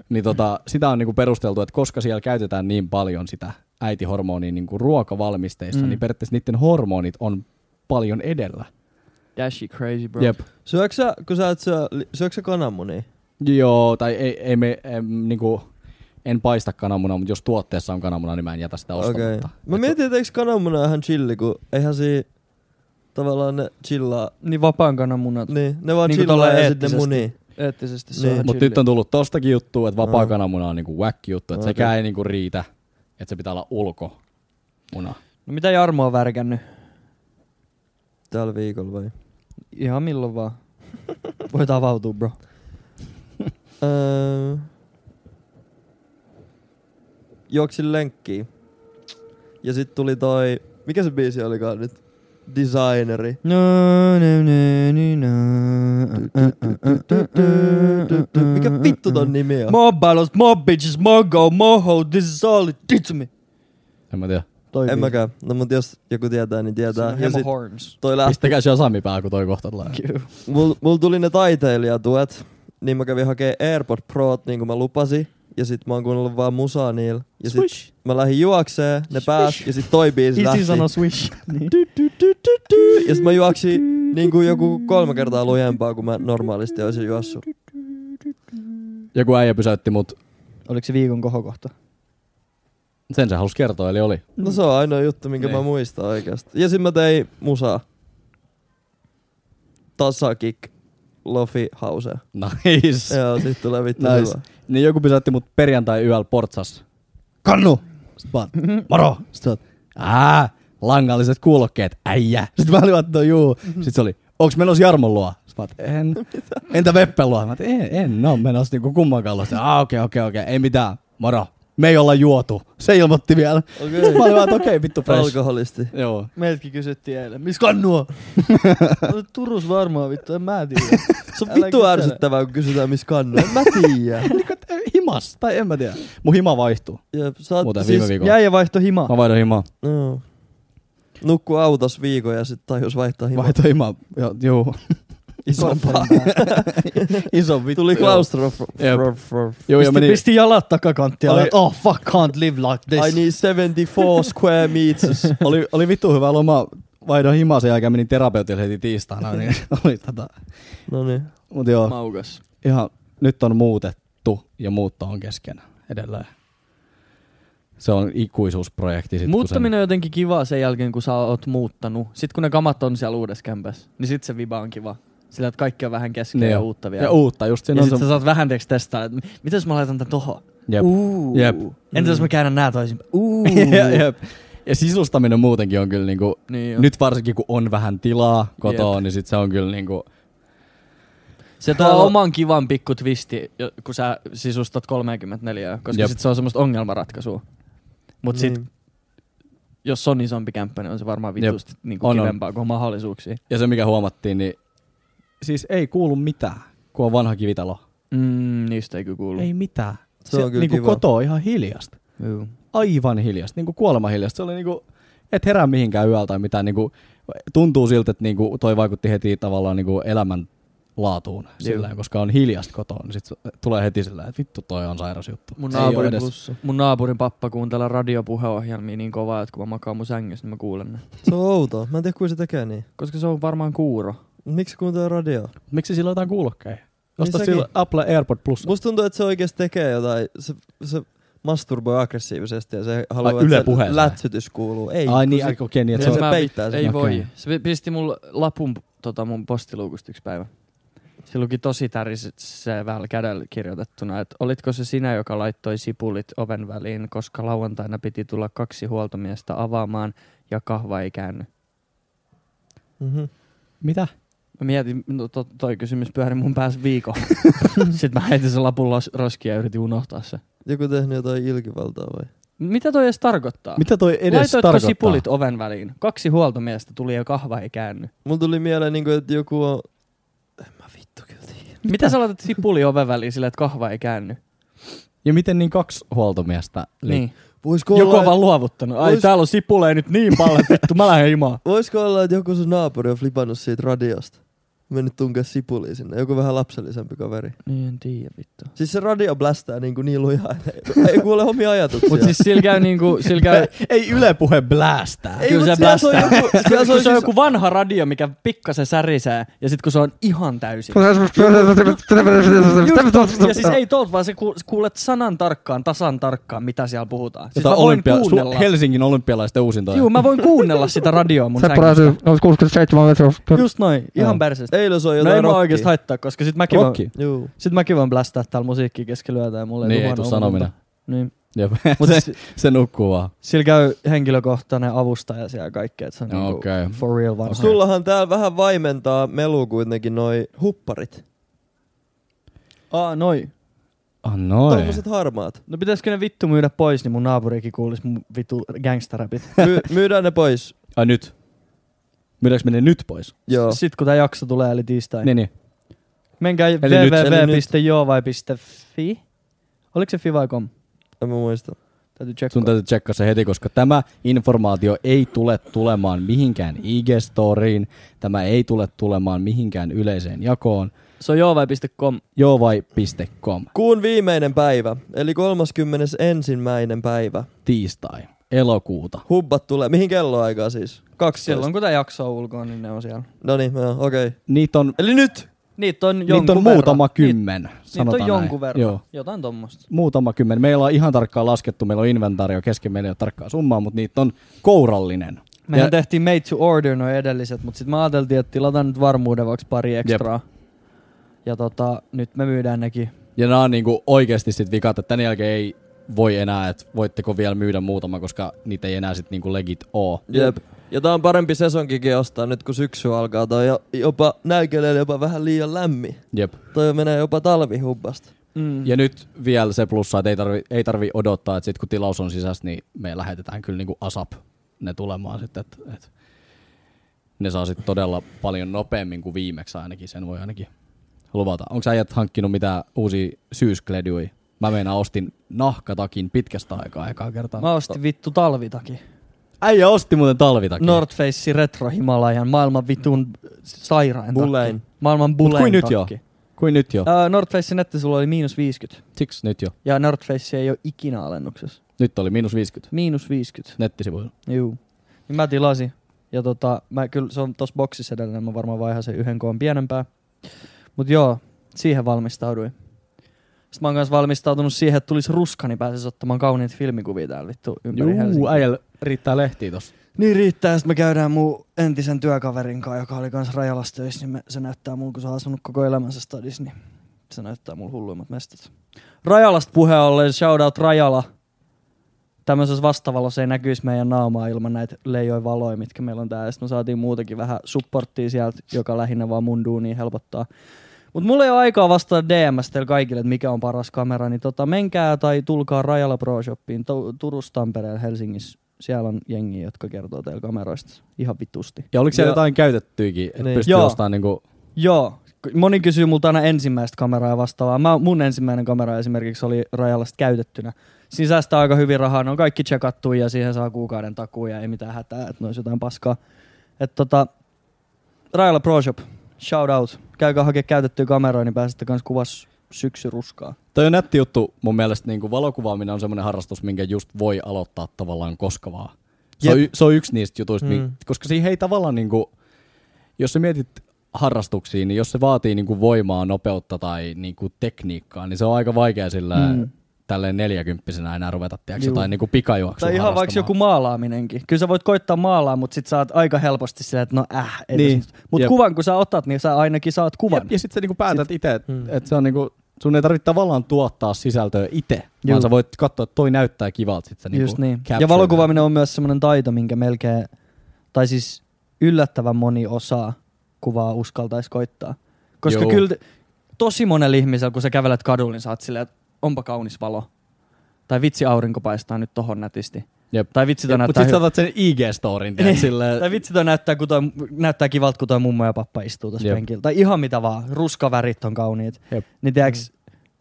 Speaker 3: Niin tota, sitä on niin kuin perusteltu, että koska siellä käytetään niin paljon sitä äitihormonia niin kuin ruokavalmisteissa,
Speaker 2: Mm.
Speaker 3: niin periaatteessa niiden hormonit on paljon edellä.
Speaker 2: That shit crazy, bro.
Speaker 3: Jep.
Speaker 1: Syöksä, kun sä et syö, li- syöksä kananmunia?
Speaker 3: Joo, tai ei, ei me, em, niin kuin, en paista kananmunaa, mutta jos tuotteessa on kananmuna, niin mä en jätä sitä
Speaker 1: Okei.
Speaker 3: ostamatta.
Speaker 1: Mä
Speaker 3: Et-
Speaker 1: mietin, että eikö kananmuna ihan chilli, kun eihän siinä tavallaan ne chillaa.
Speaker 2: Niin vapaan kananmunat.
Speaker 1: Niin, ne vaan
Speaker 2: Niinku
Speaker 1: niin chillaa
Speaker 2: tolleen
Speaker 1: ja sitten ne
Speaker 2: eettisesti.
Speaker 1: munii.
Speaker 2: Eettisesti se
Speaker 1: Niin.
Speaker 2: on
Speaker 3: Mutta nyt on tullut tostakin juttua, että vapaa
Speaker 1: Joo.
Speaker 3: kananmuna on niinku whack juttu, että
Speaker 1: Okei.
Speaker 3: sekään ei niinku riitä, että se pitää olla ulko muna.
Speaker 2: no, mitä Jarmo on värkännyt?
Speaker 1: Tällä viikolla vai?
Speaker 2: Ihan milloin vaan. Voit avautua, bro.
Speaker 1: Öö, juoksin lenkkiin. Ja sit tuli toi, mikä se biisi olikaan nyt? Designeri.
Speaker 2: No, no, no, no, no.
Speaker 1: Mikä vittu ton nimi on?
Speaker 2: More battles, more bitches, more go, more ho, this is all it did to me.
Speaker 3: En mä tiedä.
Speaker 2: Toi
Speaker 1: En mäkään. No mut jos joku tietää, niin tietää. Ja sit
Speaker 2: horns.
Speaker 1: toi lähti.
Speaker 3: Pistäkää se Sami pää, kun toi kohta tulee.
Speaker 1: Mulla mul tuli ne taiteilijatuet, niin mä kävin hakemaan AirPod Prot, niin kuin mä lupasin. Ja sit mä oon kuunnellut vaan musaa niillä. Ja sit
Speaker 2: Swish.
Speaker 1: mä lähdin juokseen, ne pääs, ja sit toi biisi lähti.
Speaker 2: Isi sanoo swish. Niin.
Speaker 1: Ja sit mä juoksin
Speaker 2: niinku
Speaker 1: niin kuin joku kolme kertaa lujempaa, kuin mä normaalisti olisin juossut.
Speaker 3: Joku äijä pysäytti mut,
Speaker 2: Oliko se viikon kohokohta?
Speaker 3: sen se halusi kertoa, eli oli.
Speaker 1: No se on ainoa juttu, minkä
Speaker 3: Niin.
Speaker 1: mä muistan oikeasti. Ja sit mä tein musaa. Tasakik. Lofi Hause.
Speaker 3: Nice.
Speaker 1: Joo, sit tulee vittu
Speaker 3: Nice.
Speaker 1: hyvä.
Speaker 3: Niin joku pysäytti mut perjantai yöllä portsas. Kannu! Sit mä oon,
Speaker 1: Mhm.
Speaker 3: moro! Sit mä oon,
Speaker 1: Mhm.
Speaker 3: ää, langalliset kuulokkeet, äijä. Sit mä olin vaan, no juu. Sit se oli, onks menossa Jarmon luo? Sit Sä vaat, en. Entä veppelua? Mä oot, en, en, no menossa niinku kummankaan luo. Ah, okei, okei, okei, ei mitään, moro. Me ei olla juotu. Se ilmoitti vielä.
Speaker 1: Okei.
Speaker 3: Mä olin vaan, että okei, vittu fresh.
Speaker 1: Alkoholisti.
Speaker 3: Joo.
Speaker 2: Meiltäkin kysyttiin eilen. Missä kannua? No, Turus varmaan vittu, en mä tiedä.
Speaker 1: Se on
Speaker 2: Älä
Speaker 1: vittu
Speaker 2: kysele.
Speaker 1: ärsyttävää, kun kysytään missä kannu. En mä tiedä.
Speaker 3: Niinku, et, himas, tai en mä tiedä. Mun hima vaihtuu.
Speaker 1: Jep, sä oot
Speaker 3: Muuten
Speaker 1: siis...
Speaker 3: viime viikolla.
Speaker 2: Jäi ja vaihto himaa.
Speaker 3: Mä vaihdoin himaa.
Speaker 1: Joo. Nukku autos viikon ja sitten tajus vaihtaa himoa.
Speaker 3: Vaihdoin himaa. Joo, juu. Isompaa. Iso vittu.
Speaker 1: Tuli
Speaker 3: joo. Jep.
Speaker 1: claustrophobe.
Speaker 3: Joo, ja
Speaker 2: Pisti,
Speaker 3: meni.
Speaker 2: pisti jalat takakanttia.
Speaker 3: Oli-
Speaker 2: Oli... Oh fuck, can't live like this.
Speaker 1: I need 74 niin, square meters.
Speaker 3: niin, Oli, oli vittu hyvä loma. Vaihdoin himaa sen jälkeen menin terapeutille heti tiistaina. Niin oli tätä.
Speaker 1: No niin.
Speaker 3: Mut joo.
Speaker 2: Maukas.
Speaker 3: ihan nyt on muutettu ja muutto on kesken edelleen. Se on ikuisuusprojekti. Sit, kun
Speaker 2: Muuttaminen on jotenkin kiva sen jälkeen, kun sä oot muuttanut. Sitten kun ne kamat on siellä uudessa kämpässä, niin sit se viba on kiva. Sillä, että kaikki on vähän kesken
Speaker 3: Niin
Speaker 2: ja
Speaker 3: on.
Speaker 2: uutta
Speaker 3: sen,
Speaker 2: vielä.
Speaker 3: ja uutta, just siinä
Speaker 2: ja
Speaker 3: on
Speaker 2: sit
Speaker 3: se.
Speaker 2: sä saat vähän teeksi testaa, että miten jos mä laitan tän tohon?
Speaker 3: Jep.
Speaker 2: Uu.
Speaker 3: Jep.
Speaker 2: Entäs jos mä käännän nää toisinpäin? Uu.
Speaker 3: Jep, jep. Ja sisustaminen muutenkin on kyllä niinku,
Speaker 2: Niin Nyt
Speaker 3: nyt varsinkin kun on vähän tilaa kotoa, niin sit se on kyllä niinku,
Speaker 2: se tuo
Speaker 1: Täällä-
Speaker 2: oman kivan pikku twisti, jo- kun sä sisustat 34, koska
Speaker 3: Jep.
Speaker 2: sit se on semmoista ongelmanratkaisua. Mut sit,
Speaker 1: Niin.
Speaker 2: jos on isompi kämppä, niin on se varmaan
Speaker 3: Jep.
Speaker 2: vitusti niinku
Speaker 3: On, on.
Speaker 2: kivempaa kuin on mahdollisuuksia.
Speaker 3: ja se mikä huomattiin, niin siis ei kuulu mitään, kun on vanha kivitalo.
Speaker 2: Mm, niistä ei kyllä kuulu.
Speaker 3: Ei mitään.
Speaker 1: Se on kyllä
Speaker 3: niinku
Speaker 1: kiva.
Speaker 3: kotoa ihan hiljasta.
Speaker 2: Juu.
Speaker 3: aivan hiljasta, niinku kuolema hiljasta. Se oli niinku, et herää mihinkään yöllä tai mitään. Niinku, tuntuu siltä, että niinku toi vaikutti heti tavallaan niinku elämän laatuun sillä koska on hiljasta kotoa, niin sit se tulee heti sillä että vittu toi on sairas juttu.
Speaker 2: Mun
Speaker 3: Ei oo
Speaker 2: naapurin,
Speaker 3: edes-
Speaker 2: plus, mun naapurin pappa kuuntelee radiopuheohjelmia niin kovaa, että kun mä makaan mun sängyssä, niin mä kuulen ne.
Speaker 1: Se on outoa. Mä en tiedä, kuinka se tekee niin.
Speaker 2: Koska se on varmaan kuuro.
Speaker 1: Miksi kuuntelee radioa?
Speaker 3: Miksi sillä on jotain kuulokkeja? Osta
Speaker 1: No sekin.
Speaker 3: sillä Apple AirPod Plus.
Speaker 1: Musta tuntuu, että se oikeasti tekee jotain. Se, se masturboi aggressiivisesti ja se haluaa,
Speaker 3: Yle
Speaker 1: että se
Speaker 3: puheessa.
Speaker 1: lätsytys kuuluu. Ei,
Speaker 3: Ai
Speaker 1: kun
Speaker 3: niin,
Speaker 1: se,
Speaker 3: ai, okei, niin, että
Speaker 1: se,
Speaker 3: se
Speaker 1: se
Speaker 3: on,
Speaker 2: mä-
Speaker 1: peittää sen.
Speaker 2: Ei
Speaker 3: Okei.
Speaker 2: voi. Se pi- pisti mulle lapun tota, mun postiluukusta yksi päivä. Se luki tosi tärisevällä kädellä kirjoitettuna, että olitko se sinä, joka laittoi sipulit oven väliin, koska lauantaina piti tulla kaksi huoltomiestä avaamaan ja kahva ei käynyt.
Speaker 1: Mhm.
Speaker 3: mitä?
Speaker 2: Mä mietin, no to, toi kysymys pyöri mun päässä viikon. Sitten mä heitin sen lapun los, roskiin ja yritin unohtaa se.
Speaker 1: Joku tehnyt jotain ilkivaltaa vai?
Speaker 2: Mitä toi edes tarkoittaa?
Speaker 3: Mitä toi edes
Speaker 2: Laitoitko
Speaker 3: tarkoittaa?
Speaker 2: sipulit oven väliin? Kaksi huoltomiestä tuli ja kahva ei käänny.
Speaker 1: Mulla tuli mieleen, niin kuin, että joku on... En mä vittu kyllä tiedä.
Speaker 2: Mitä sä laitat sipuli oven väliin sillä, että kahva ei käänny?
Speaker 3: Ja miten niin kaksi huoltomiestä? Niin.
Speaker 2: Niin.
Speaker 1: Voisiko
Speaker 2: Joku on
Speaker 1: olla,
Speaker 2: vaan luovuttanut. Ai
Speaker 1: Vois-
Speaker 2: täällä on sipuleja nyt niin paljon, että vittu mä lähden imaan.
Speaker 1: voisiko olla, että joku sun naapuri on flipannut siitä radiosta? Mennyt tunkea sipulia sinne. Joku vähän lapsellisempi kaveri.
Speaker 2: Niin en tiedä vittu.
Speaker 1: Siis se radio blästää niinku niin lujaa, että ei kuule omia ajatuksia.
Speaker 2: Mut siis sillä käy niinku, sillä käy...
Speaker 3: Ei Yle puhe blästää.
Speaker 1: ei,
Speaker 2: kyllä
Speaker 1: mut
Speaker 2: se
Speaker 1: siellä se on
Speaker 2: blästää.
Speaker 1: joku, siellä se on
Speaker 2: Kun se on
Speaker 1: siis,
Speaker 2: joku vanha radio, mikä pikkasen särisee, ja sit kun se on ihan täysin. Just, ja siis ei tuolta, vaan se kuul- kuulet sanan tarkkaan, tasan tarkkaan, mitä siellä puhutaan. Siis mä
Speaker 3: Jotain
Speaker 2: voin
Speaker 3: Tota olympia-
Speaker 2: kuunnella.
Speaker 3: Su- Helsingin olympialaisten uusintoja.
Speaker 2: Juu, mä voin kuunnella sitä radioa mun sängyssä. Just noin, ihan
Speaker 3: Joo.
Speaker 2: persestä.
Speaker 1: eilen se on
Speaker 2: No
Speaker 1: jotain
Speaker 2: ei mä
Speaker 1: rockia.
Speaker 2: oikeesti haittaa, koska sit mäkin voin,
Speaker 3: Rokki.
Speaker 1: Juu.
Speaker 2: sit mäkin voin blästää täällä musiikkia keskellä yötä ja mulle ei
Speaker 3: Niin, ei
Speaker 2: luvan
Speaker 3: tuu
Speaker 2: ole
Speaker 3: sanominen.
Speaker 2: muuta. Niin.
Speaker 3: Jep.
Speaker 2: Mut
Speaker 3: se,
Speaker 2: siis
Speaker 3: se nukkuu vaan.
Speaker 2: sillä käy henkilökohtainen avustaja siellä ja kaikkea, että se on
Speaker 3: No,
Speaker 2: niinku
Speaker 3: okei.
Speaker 2: for real vanha.
Speaker 1: Sullahan täällä vähän vaimentaa melu kuitenkin noi hupparit.
Speaker 2: Aa, noi.
Speaker 3: Ah, noin.
Speaker 1: Tommoset harmaat.
Speaker 2: No pitäisikö ne vittu myydä pois, niin mun naapurikin kuulis mun vittu gangsterrapit.
Speaker 1: My, myydään ne pois.
Speaker 3: Ai nyt. Myydäänkö menee nyt pois?
Speaker 1: Joo.
Speaker 2: Sitten kun tää jakso tulee, eli tiistai.
Speaker 3: Niin, niin.
Speaker 2: Menkää
Speaker 3: nyt,
Speaker 1: eli nyt.
Speaker 2: www.joovai.fi. Oliko se fi vai com?
Speaker 1: En mä muista.
Speaker 2: Täytyy tsekkaa.
Speaker 3: Sun täytyy tsekkaa se heti, koska tämä informaatio ei tule tulemaan mihinkään IG-storiin. Tämä ei tule tulemaan mihinkään yleiseen jakoon.
Speaker 2: Se on joovai.com.
Speaker 3: Joovai.com
Speaker 1: Kuun viimeinen päivä, eli 31. päivä.
Speaker 3: tiistai elokuuta.
Speaker 1: Hubbat tulee. Mihin kelloaikaa siis? 12.
Speaker 2: Silloin kun tää jakso on ulkoa, niin ne on siellä.
Speaker 1: Noniin, joo, okei. Okay.
Speaker 3: Niitä on,
Speaker 1: Eli nyt!
Speaker 2: Niitä on jonkun
Speaker 3: niitä on
Speaker 2: verran.
Speaker 3: muutama
Speaker 2: Niitä,
Speaker 3: kymmen, sanotaan
Speaker 2: niitä on Niin jonkun
Speaker 3: näin.
Speaker 2: verran.
Speaker 3: Joo.
Speaker 2: Jotain tommosta.
Speaker 3: Muutama kymmen. Meillä on ihan tarkkaan laskettu, meillä on inventaario kesken, meillä ei ole tarkkaa summaa, mutta niitä on kourallinen.
Speaker 2: Mehän
Speaker 3: Ja-
Speaker 2: ja... tehtiin made to order noin edelliset, mutta sitten mä ajateltiin, että tilataan nyt varmuuden vaikka pari ekstraa. Ja tota, nyt me myydään nekin.
Speaker 3: Ja nämä on niinku oikeasti sit vikat, että tämän jälkeen ei voi enää, että voitteko vielä myydä muutama, koska niitä ei enää sit niinku legit oo.
Speaker 1: Jep. Ja tää on parempi sesonkikin ostaa nyt kun syksy alkaa. Toi jo- jopa näykeleellä jopa vähän liian lämmin.
Speaker 3: Jep.
Speaker 1: Toi menee jopa talvihubbasta.
Speaker 2: Mm.
Speaker 3: Ja nyt vielä se plussa, että ei tarvi, ei tarvi odottaa, että sit kun tilaus on sisässä, niin me lähetetään kyllä niinku ASAP ne tulemaan sitten. Et, et ne saa sitten todella paljon nopeammin kuin viimeksi ainakin, sen voi ainakin luvata. Onko äijät hankkinut mitään uusia syyskledui? Mä meinaan ostin nahkatakin pitkästä aikaa ekaa kertaa.
Speaker 2: Mä ostin vittu talvitakin.
Speaker 3: Äijä osti muuten talvitakin.
Speaker 2: North Face Retro Himalajan maailman vitun sairain
Speaker 1: Bulein.
Speaker 2: takki. Maailman
Speaker 3: Mut
Speaker 2: bulein
Speaker 3: kuin nyt jo?
Speaker 2: takki.
Speaker 3: Kuin nyt jo.
Speaker 2: Uh, North Face nettisivulla oli miinus 50.
Speaker 3: Siksi nyt jo.
Speaker 2: Ja North Face ei ole ikinä alennuksessa.
Speaker 3: Nyt oli miinus 50
Speaker 2: Miinus 50.
Speaker 3: nettisivuilla.
Speaker 2: Juu. Niin mä tilasin. Ja tota, mä kyllä, se on tossa boksissa edelleen, mä varmaan vaihan sen yhden koon pienempää. Mut joo, siihen valmistauduin. Sitten mä oon kanssa valmistautunut siihen, että tulisi ruska, niin pääsis ottamaan kauniit filmikuvia täällä vittu ympäri
Speaker 3: Juu,
Speaker 2: Helsinkiä.
Speaker 3: äijällä riittää lehtiä tossa.
Speaker 2: Niin riittää, sitten me käydään mun entisen työkaverin kanssa, joka oli kanssa Rajalassa töissä, niin me, se näyttää mulla, kun se on asunut koko elämänsä stadis, niin se näyttää mulla hulluimmat mestat. Rajalasta puheen ollen, shoutout Rajala. Tämmöisessä vastavalossa ei näkyisi meidän naamaa ilman näitä leijoja valoja, mitkä meillä on täällä. Sitten me saatiin muutenkin vähän supporttia sieltä, joka lähinnä vaan mun duunia helpottaa. Mutta mulla ei ole aikaa vastata DMS teille kaikille, että mikä on paras kamera, niin tota, menkää tai tulkaa Rajala Pro Shopiin Tu- Turussa, Tampereella, Helsingissä. Siellä on jengiä, jotka kertoo teille kameroista ihan vitusti.
Speaker 3: Ja oliko siellä
Speaker 1: Ja-
Speaker 3: jotain käytettyikin, että
Speaker 1: Niin.
Speaker 3: pystyy
Speaker 2: Joo.
Speaker 3: ostamaan niinku
Speaker 2: Joo, moni kysyy multa aina ensimmäistä kameraa vastaavaa. Mä, mun ensimmäinen kamera esimerkiksi oli Rajalasta käytettynä. Sisästä aika hyvin rahaa, ne on kaikki tsekattu ja siihen saa kuukauden takuu ja ei mitään hätää, että ne olisi jotain paskaa. Et tota, Rajala Pro Shop, shout out. Käykää hakea käytettyä kameroja, niin pääsette kans kuvas syksyruskaa.
Speaker 3: Toi on nätti juttu. Mun mielestä niin valokuvaaminen on semmoinen harrastus, minkä just voi aloittaa tavallaan koska vaan. Se, on, y- se on yksi niistä jutuista, mm.
Speaker 1: Mm.
Speaker 3: koska siihen ei tavallaan, niin kuin, jos sä mietit harrastuksia, niin jos se vaatii niin kuin voimaa, nopeutta tai niin kuin tekniikkaa, niin se on aika vaikea sillä mm.
Speaker 2: Mm.
Speaker 3: tälleen neljäkymppisenä enää ruveta tiedätkö,
Speaker 2: Juu.
Speaker 3: jotain niin kuin pikajuoksua
Speaker 2: Tai ihan vaikka joku
Speaker 3: harrastamaan.
Speaker 2: maalaaminenkin. Kyllä sä voit koittaa maalaa, mutta sit saat aika helposti sillä, että no äh.
Speaker 3: Niin,
Speaker 2: Niin. Mutta
Speaker 3: jep.
Speaker 2: kuvan kun sä otat, niin sä ainakin saat kuvan.
Speaker 3: Ja, ja sitten sä niin kuin päätät itse, että
Speaker 1: Mm.
Speaker 3: et se on niin kuin, sun ei tarvitse tavallaan tuottaa sisältöä itse, vaan
Speaker 2: Juu.
Speaker 3: sä voit katsoa, että toi näyttää kivalta. Sit sä niin
Speaker 2: Just
Speaker 3: kuin
Speaker 2: niin.
Speaker 3: capture
Speaker 2: Ja valokuvaaminen on myös semmoinen taito, minkä melkein, tai siis yllättävän moni osaa kuvaa uskaltaisi koittaa. Koska
Speaker 3: Joo.
Speaker 2: Joo. kyllä te- tosi monella ihmisellä, kun sä kävelet kadulla, niin sä oot silleen, että onpa kaunis valo. Tai vitsi, aurinko paistaa nyt tohon nätisti.
Speaker 3: Jep.
Speaker 2: Tai vitsi, toi
Speaker 3: Mutta
Speaker 2: näyttää,
Speaker 3: sit sä
Speaker 2: hy-
Speaker 3: otat sen IG-storin, tiedät,
Speaker 2: Niin.
Speaker 3: silleen,
Speaker 2: tai vitsi, toi näyttää, kun toi, näyttää kivalta, kun toi mummo ja pappa istuu tuossa
Speaker 3: Jep.
Speaker 2: penkillä. Tai ihan mitä vaan, ruskavärit on kauniit.
Speaker 3: Jep.
Speaker 2: Niin tiedäks,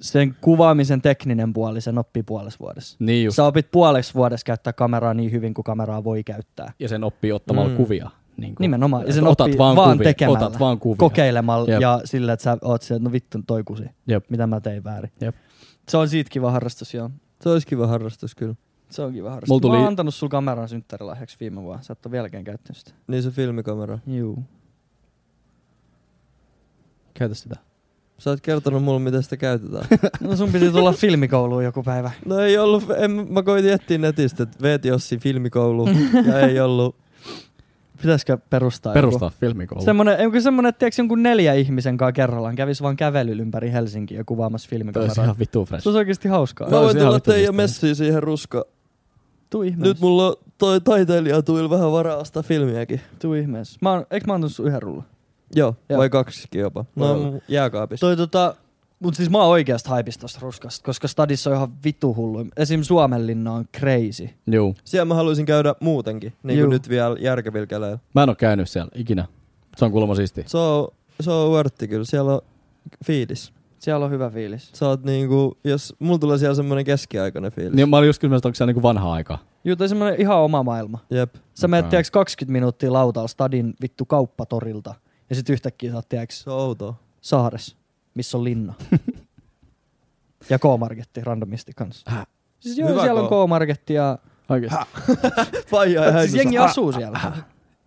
Speaker 2: sen kuvaamisen tekninen puoli, sen oppii puolessa vuodessa. Just.
Speaker 3: Niin just.
Speaker 2: Sä opit puoleksi vuodessa käyttää kameraa niin hyvin kuin kameraa voi käyttää.
Speaker 3: Ja sen oppii ottamaan mm.
Speaker 1: Mm.
Speaker 3: kuvia. Niin
Speaker 2: Nimenomaan. Ja sen
Speaker 3: otat
Speaker 2: oppii
Speaker 3: vaan,
Speaker 2: vaan
Speaker 3: kuvia,
Speaker 2: tekemällä.
Speaker 3: Otat vaan kuvia.
Speaker 2: Kokeilemalla
Speaker 3: Jep.
Speaker 2: Jep. ja sillä, että sä oot siellä, että no vittu toi kusi,
Speaker 3: Jep.
Speaker 2: mitä mä tein väärin.
Speaker 3: Jep.
Speaker 2: Se on siitä kiva harrastus, joo.
Speaker 1: Se olisi kiva harrastus kyllä.
Speaker 2: Se on kiva
Speaker 3: Mulla
Speaker 2: harrastus.
Speaker 3: tuli-
Speaker 2: Tuli... Mä oon antanut sulla kameran synttärilahjaksi viime vuonna. Sä et ole vieläkään käyttänyt sitä.
Speaker 1: Niin se filmikamera.
Speaker 2: Juu.
Speaker 3: Käytä sitä.
Speaker 1: Sä oot kertonut mulle, miten sitä käytetään.
Speaker 2: No sun piti tulla filmikouluun joku päivä.
Speaker 1: No ei ollut, en, mä koitin etsiä netistä, että veet Jossi filmikoulu ja ei ollut.
Speaker 2: Pitäisikö perustaa
Speaker 3: Perustaa
Speaker 2: joku?
Speaker 3: filmikoulu.
Speaker 2: Semmoinen, eikö semmoinen, että tiedätkö, jonkun neljä ihmisen kanssa kerrallaan kävis vaan kävelyllä ympäri Helsinkiä ja kuvaamassa
Speaker 3: Toi olisi
Speaker 2: filmikameraa.
Speaker 3: ihan vittu
Speaker 2: Se
Speaker 3: fresh.
Speaker 2: on oikeasti hauskaa.
Speaker 1: Mä
Speaker 3: Joo,
Speaker 1: voin
Speaker 3: se on
Speaker 1: tulla
Speaker 3: vittu
Speaker 1: teidän
Speaker 3: siistiä.
Speaker 1: messiin siihen ruska.
Speaker 2: Tuu ihmeessä.
Speaker 1: Nyt mulla on toi taiteilija tuilla vähän varaa ostaa filmiäkin.
Speaker 2: Tuu ihmeessä. Mä oon, eikö mä antanut sun yhden rullan?
Speaker 1: Joo,
Speaker 2: Joo.
Speaker 1: vai kaksikin jopa.
Speaker 2: Voi
Speaker 1: No
Speaker 2: olla.
Speaker 1: mun jääkaapissa.
Speaker 2: Toi tota, mut siis mä oon oikeasta haipista tosta ruskasta, koska stadissa on ihan vitu hullu. Esim. Suomenlinna on crazy.
Speaker 3: Juu.
Speaker 1: Siellä mä haluaisin käydä muutenkin, niin kuin
Speaker 2: Juu.
Speaker 1: nyt vielä järkevillä käleillä.
Speaker 3: Mä en oo käynyt siellä ikinä. Se on kuulemma siisti.
Speaker 1: Se on, se on wortti kyllä, siellä on fiilis.
Speaker 2: Siellä on hyvä fiilis.
Speaker 1: Sä oot niinku, jos mulla tulee siellä semmonen keskiaikainen fiilis.
Speaker 3: Niin mä olin just kysymässä, että onko siellä niinku vanhaa aikaa.
Speaker 2: Juu, toi semmonen ihan oma maailma.
Speaker 1: Jep.
Speaker 2: Sä menet
Speaker 3: Okei.
Speaker 2: tiiäks 20 minuuttia lautalla stadin vittu kauppatorilta. Ja sit yhtäkkiä sä oot tiiäks
Speaker 1: Se on outoa.
Speaker 2: saaressa, missä on linna. ja K-Marketti randomisti kanssa.
Speaker 3: Häh?
Speaker 2: Siis joo,
Speaker 1: Hyvä
Speaker 2: siellä
Speaker 1: K. Äh,
Speaker 2: on K-Marketti ja...
Speaker 3: Oikeesti.
Speaker 1: Faija ja
Speaker 2: Siis jengi asuu siellä.